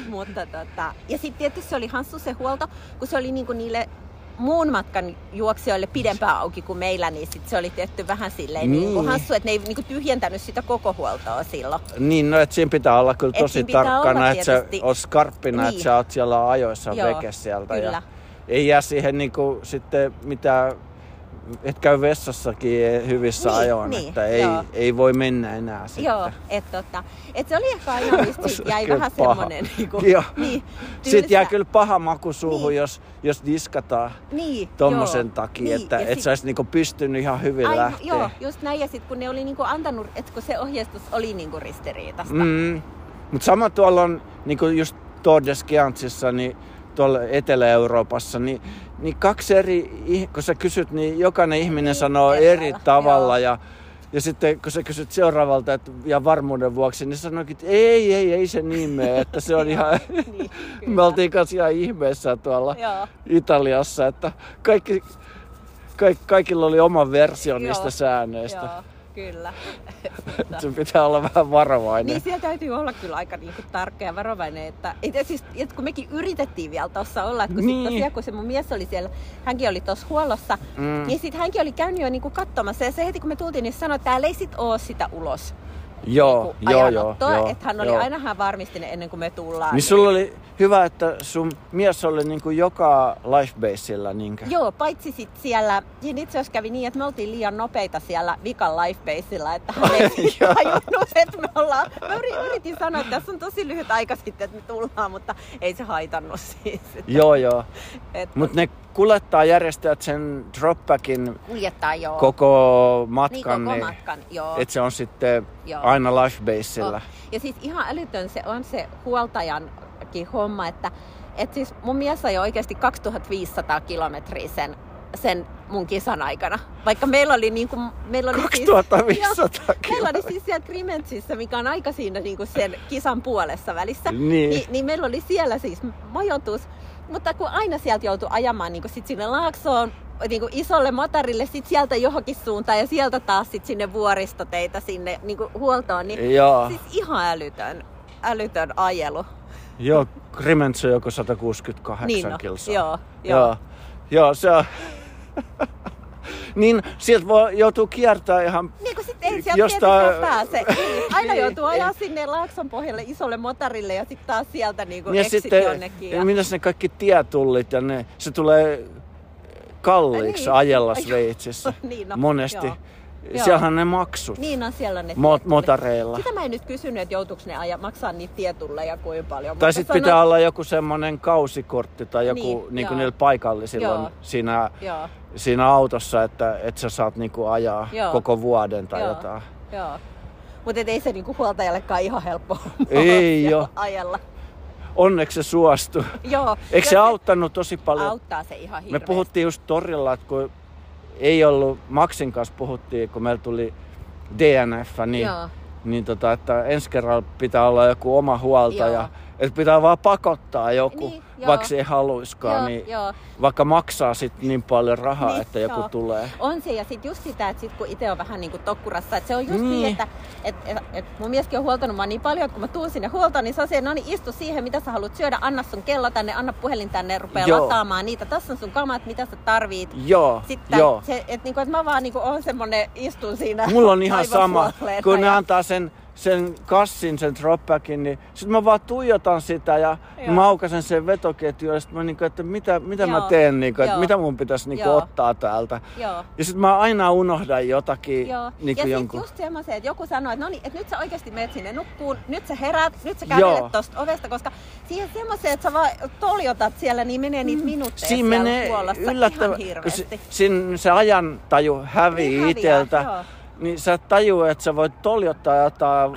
Mutta tota, ja sitten tietysti se oli Hanssu se huolto, kun se oli niinku niille muun matkan juoksijoille pidempään auki kuin meillä, niin sit se oli tietty vähän silleen niin. Niin. niinku hassu, että ne ei niinku tyhjentänyt sitä koko huoltoa silloin. Niin, no et siinä pitää olla kyllä Et tosi siinä pitää olla tarkkana, että sä tietysti. oot skarppina, Niin. että sä oot siellä ajoissa Joo, veke sieltä. kyllä. Ja ei jää siihen niinku sitten mitään, et käy vessassakin e, hyvissä Niin, ajoin, niin, että ei, joo. ei voi mennä enää sitten. Joo, että tota, et se oli ehkä aina, mistä Se sit on jäi kyllä vähän paha. semmoinen niinku, Joo. niin, Sitten jää tylsä. kyllä paha maku suuhun, Niin. jos, jos diskataan niin, tommosen joo, takia, niin, että ja et sit- sä ois niinku pystynyt ihan hyvin Ai, lähteä. Joo, just näin. Ja sitten kun ne oli niinku antanut, että kun se ohjeistus oli niinku ristiriitasta. Mm. Mutta sama tuolla on, niin kuin just Tour de Skiantsissa, niin tuolla Etelä-Euroopassa, niin, niin kaksi eri, ih- kun sä kysyt, niin jokainen ihminen Niin, sanoo eri eri lailla, tavalla. Ja, ja sitten kun sä kysyt seuraavalta et, ja varmuuden vuoksi, niin sanoikin, että ei, ei, ei se niin mene, että se on ihan... Niin, Me oltiin kanssa ihan ihmeessä tuolla Joo. Italiassa, että kaikki, kaikki, kaikilla oli oma versio Joo. niistä säännöistä. Joo, kyllä. Sun pitää olla vähän varovainen. niin siellä täytyy olla kyllä aika niinku tarkka ja varovainen. Että, et, ja siis, et kun mekin yritettiin vielä tuossa olla, että kun, niin. Niin. sit tosiaan, kun se mun mies oli siellä, hänkin oli tuossa huollossa, mm. Mm. niin sitten hänkin oli käynyt jo niinku katsomassa. Ja se heti kun me tultiin, niin se sanoi, että täällä ei sit oo sitä ulos. Joo, joo, niinku joo, ajanottoa, joo. Että hän oli joo. aina hän varmisti ne ennen kuin me tullaan. Niin sulla oli hyvä, että sun mies oli niinku joka lifebaseillä niinkö? Joo, paitsi sit siellä, ja itse asiassa kävi niin, että me oltiin liian nopeita siellä vikan lifebaseilla, että hän ei Joo. tajunnut, että me ollaan, mä yri- yritin sanoa, että tässä on tosi lyhyt aika sitten, että me tullaan, mutta ei se haitannut siis. Joo, joo. Et Mut ne kuljettaa järjestäjät sen dropbackin kuljettaa joo. koko matkan, niin, koko matkan, joo. että se on sitten Joo. aina lifebaseillä. On. Ja siis ihan älytön se on se huoltajankin homma, että et siis mun mies ajoi oikeasti 2500 kilometriä sen, sen mun kisan aikana. Vaikka meillä oli niinku, meillä oli siis... 2500 Joo, Meillä oli kilometriä. siis siellä Krimentsissä, mikä on aika siinä niinku sen kisan puolessa välissä. Niin. Niin, niin meillä oli siellä siis majoitus. Mutta kun aina sieltä joutui ajamaan niin sit sinne laaksoon, niin isolle motarille, sitten sieltä johonkin suuntaan ja sieltä taas sit sinne vuoristoteitä sinne niin huoltoon, niin Joo, Siis ihan älytön, älytön ajelu. joo, Krimentsi on joku 168 Niin no, kilsaa. joo, joo. joo. Joo, se on. niin sieltä voi, joutuu kiertämään ihan Niin kun sit ei sieltä Jostain- Jostain... pääse. Niin, aina Niin, joutuu ei. ajaa sinne Laakson pohjalle isolle motarille ja sitten taas sieltä niinku ja exit sitten, jonnekin. Ja... mitäs ne kaikki tietullit ja ne, se tulee kalliiksi Niin. niin. ajella Ai, Sveitsissä niin, no, monesti. joo. Joo. Siellähän ne maksut Niin on siellä ne mo- tietullit. motareilla. Sitä mä en nyt kysynyt, että joutuuko ne aja, maksaa niitä tietulleja kuinka paljon. Tai mutta sitten pitää olla joku semmoinen kausikortti tai joku, Niin, niin, niin joo. kuin niillä paikallisilla Joo. on siinä, Joo, siinä autossa, että, että sä saat niinku ajaa Joo. koko vuoden tai Joo. jotain. joo. Mutta ei se niinku huoltajallekaan ihan helppo homma Ei siellä joo. ajella. Onneksi se suostui. Joo. Eikö Ja se auttanut tosi paljon? Auttaa se ihan Me hirveästi. puhuttiin just torilla, että kun ei ollut, Maxin kanssa puhuttiin, kun meillä tuli DNF, niin, Joo. niin tota, että ensi kerralla pitää olla joku oma huoltaja. Joo. Että pitää vaan pakottaa joku, Niin, joo. niin, vaikka se ei haluiskaan, Joo, niin joo. vaikka maksaa sit niin paljon rahaa, Niin, niin, että joku joo. joo. tulee. On se, ja sitten just sitä, että sit kun itse on vähän niin kuin tokkurassa, että se on just niin, Niin. niin että et, et, et mun mieskin on huoltanut mua niin paljon, että kun mä tuun sinne huoltoon, niin se on se, no niin istu siihen, mitä sä haluat syödä, anna sun kello tänne, anna puhelin tänne, rupee Joo. lataamaan niitä, tässä on sun kamat, mitä sä tarvit. Joo, Sitten joo. se, että niinku, et mä vaan niinku oon semmonen, istun siinä Mulla on ihan aivan sama, suolleena kun ne ja- antaa sen, sen kassin, sen dropbackin, niin sit mä vaan tuijotan sitä ja Joo. Joo. mä aukasen sen vetoketjun ja sit mä niinku, että mitä, mitä mä Joo. teen, niinku, että Joo. mitä mun pitäisi niinku Joo. ottaa täältä. Joo. Ja sit mä aina unohdan jotakin Joo. niinku ja jonkun. sitten just semmoisen, että joku sanoo, että no niin, että nyt sä oikeasti menet sinne nukkuun, nyt sä herät, nyt sä kävelet Joo. tosta ovesta, koska siihen semmoiseen, että sä vaan toljotat siellä, niin menee niitä minuutteja Mm. Siinä siellä menee huollossa ihan yllättävän, kun hirveästi. se, sin, se ajan taju hävii häviää, niin iteltä, joo. niin sä et tajua, että sä voit toljottaa jotain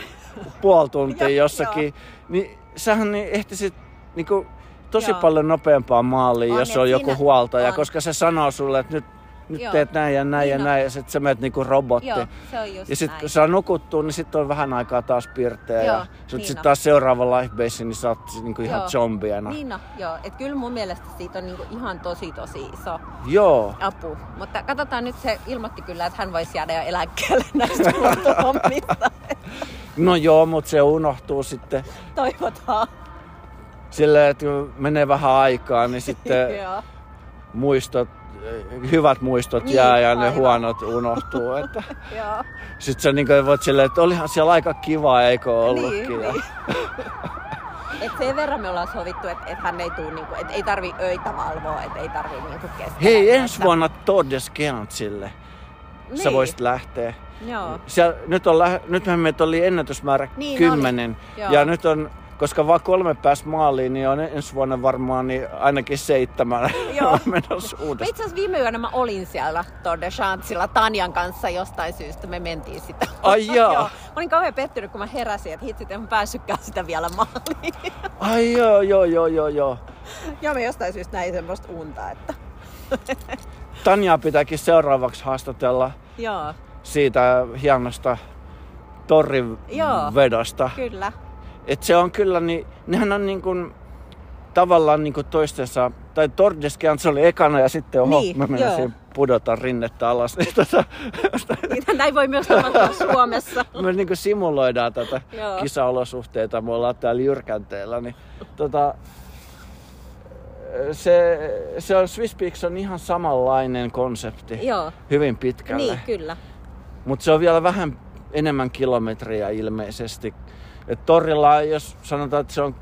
puoli tuntia Joo, jossakin, niin sähän niin ehtisit niinku, tosi Joo. paljon nopeampaan maaliin, On, jos et on joku siinä- huoltaja, on. koska se sanoo sulle, että nyt, nyt Joo. teet näin ja näin Niin ja on. näin, ja sit sä menet niinku robotti. Joo, se on just Ja sit näin. kun saa nukuttua, niin sit on vähän aikaa taas pirteä. Joo, ja niin sit, sit on. taas seuraava lifebase, niin sä oot sit niinku ihan Joo. zombiena. Niin no, joo. Et kyllä mun mielestä siitä on niinku ihan tosi tosi iso Joo. apu. Mutta katsotaan nyt, se ilmoitti kyllä, että hän voisi jäädä jo eläkkeelle näistä huoltohommista. No joo, mutta se unohtuu sitten Toivotaan. silleen, että kun menee vähän aikaa, niin sitten Joo. muistot, hyvät muistot Niin, jää ja ne aivan. huonot unohtuu. Että. Joo. Sitten sä niin voit silleen, että olihan siellä aika kiva, eikö ollutkin. Niin, niin. Et sen verran me ollaan sovittu, että et hän ei tuu, niinku, et ei tarvi öitä valvoa, et ei tarvi niinku keskellä. Hei, yötä. ensi vuonna Todeskentsille niin. sä voisit lähteä. Joo. Siellä, nyt on, lähe- nythän meitä oli ennätysmäärä Niin kymmenen. oli, joo. ja nyt on, koska vaan kolme pääsi maaliin, niin on ensi vuonna varmaan niin ainakin seitsemän Joo. on menossa Mä uudestaan. itse asiassa viime yönä mä olin siellä Tour Chantsilla Tanjan kanssa jostain syystä. Me mentiin sitä. Ai jaa. Joo. Mä olin kauhean pettynyt, kun mä heräsin, että hitsit, en mä päässytkään sitä vielä maaliin. Ai joo, joo, joo, joo, joo. ja me jostain syystä näin semmoista unta, että... Tanjaa pitääkin seuraavaksi haastatella Joo, siitä hienosta Joo. torrivedosta. kyllä. Et se on kyllä, niin, nehän on niin kuin, tavallaan niin kuin toistensa, tai Tordeskean se oli ekana ja sitten oho, Niin, mä joo. menisin pudota rinnettä alas. Niin tota, Näin voi myös tapahtua Suomessa. me niin kuin simuloidaan tätä Joo. kisaolosuhteita, me ollaan täällä jyrkänteellä. Niin, tota, se, se on, Swiss Peaks on ihan samanlainen konsepti. Joo. Hyvin pitkälle. Niin, kyllä. Mutta se on vielä vähän enemmän kilometriä ilmeisesti. Et torilla, jos sanotaan, että se on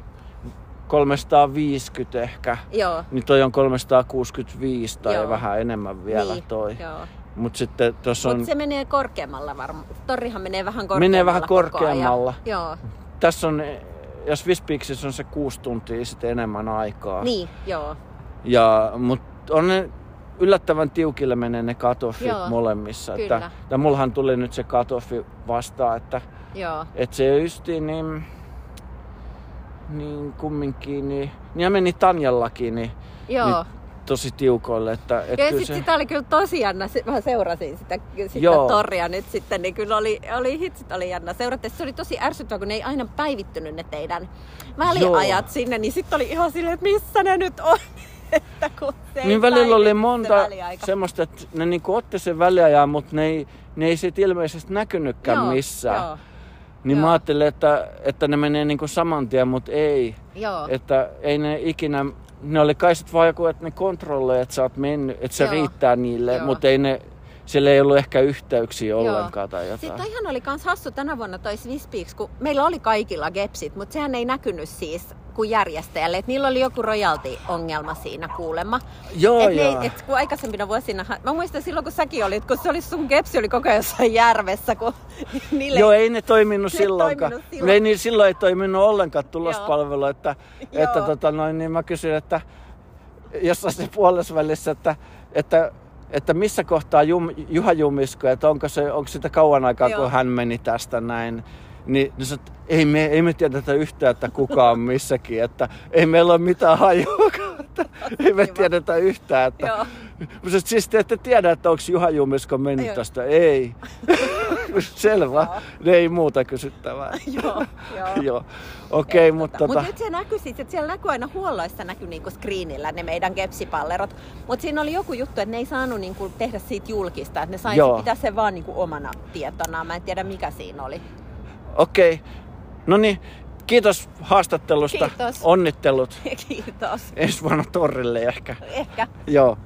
350 ehkä, Joo. niin toi on 365 tai Joo. Joo. vähän enemmän vielä niin, toi. Joo. Mutta sitten tuossa on, Mutta se menee korkeammalla varmaan. Torrihan menee vähän korkeammalla. Menee vähän koko ajan. korkeammalla. Joo, tässä on, ja Swiss Peaksissä on se kuusi tuntia sitten enemmän aikaa. niin, joo. Ja, mut on ne yllättävän tiukille menee ne katoffit Joo, molemmissa. kyllä. Että, ja mullahan tuli nyt se katoffi vastaan, että Joo, Et se ysti, niin, niin kumminkin, niin, niin ja meni Tanjallakin, niin, joo. niin tosi tiukoille. Että, et Ja kyllä sitten se, sitä oli kyllä tosi jännä, Se- mä seurasin sitä, sitä Joo. torria nyt sitten, niin kyllä oli, oli hitsit oli jännä seurata. Se oli tosi ärsyttävää, kun ne ei aina päivittynyt ne teidän väliajat Joo. sinne, niin sitten oli ihan silleen, että missä ne nyt on, että kun se ei niin välillä päivity oli se monta väliaika. semmoista, että ne niinku otti sen väliajan, mutta ne ei, ne ei sit ilmeisesti näkynytkään Joo, missään. Joo, Niin joo. mä ajattelin, että, että ne menee niinku saman tien, mutta ei. joo. Että ei ne ikinä, ne oli kai sit vaan joku, että ne kontrolloi, että sä oot mennyt, että se Joo. riittää niille, Joo. mutta ei ne, siellä ei ollut ehkä yhteyksiä Joo. ollenkaan tai jotain. Sitten ihan oli kans hassu tänä vuonna toi Swiss Peaks, kun meillä oli kaikilla gepsit, mutta sehän ei näkynyt siis kuin järjestäjälle. Et niillä oli joku royalty-ongelma siinä kuulemma. Joo, et ne joo. ei- et kun aikaisempina vuosina, mä muistan silloin kun säkin olit, kun se oli sun gepsi oli koko ajan jossain järvessä, kun niille... Joo, ei ne toiminut Ne ei silloinkaan. toiminut silloin. Ne ei, niin silloin ei toiminut ollenkaan tulospalvelu. Että, Joo. että tota noin, niin mä kysyin, että jossain se puolessa välissä, että, että, että missä kohtaa Jum, Juha Jumisko, että onko, se, onko sitä kauan aikaa, Joo. kun hän meni tästä näin. Niin, niin sanoi, että ei me, ei me tiedetä yhtään, että kuka on missäkin, että ei meillä ole mitään hajua, että ei me Kiva. tiedetä yhtään, että, Joo. Mä sanoin, siis te ette tiedä, että onko Juha Jumisko mennyt Ei. tästä. Ei. Selvä. Ne ei muuta kysyttävää. joo, joo. Joo. Okei, okay, mutta... Mutta Tota, nyt se näkyy sit, että siellä näkyy aina huolloista näkyy niinku screenillä ne meidän kepsipallerot. Mutta siinä oli joku juttu, että ne ei saanut niinku tehdä siitä julkista, että ne sai Joo. pitää sen vaan niinku omana tietona. Mä en tiedä mikä siinä oli. Okei. Okay. No niin, kiitos haastattelusta. Kiitos. Onnittelut. Kiitos. Ensi vuonna torrille ehkä. Ehkä. Joo.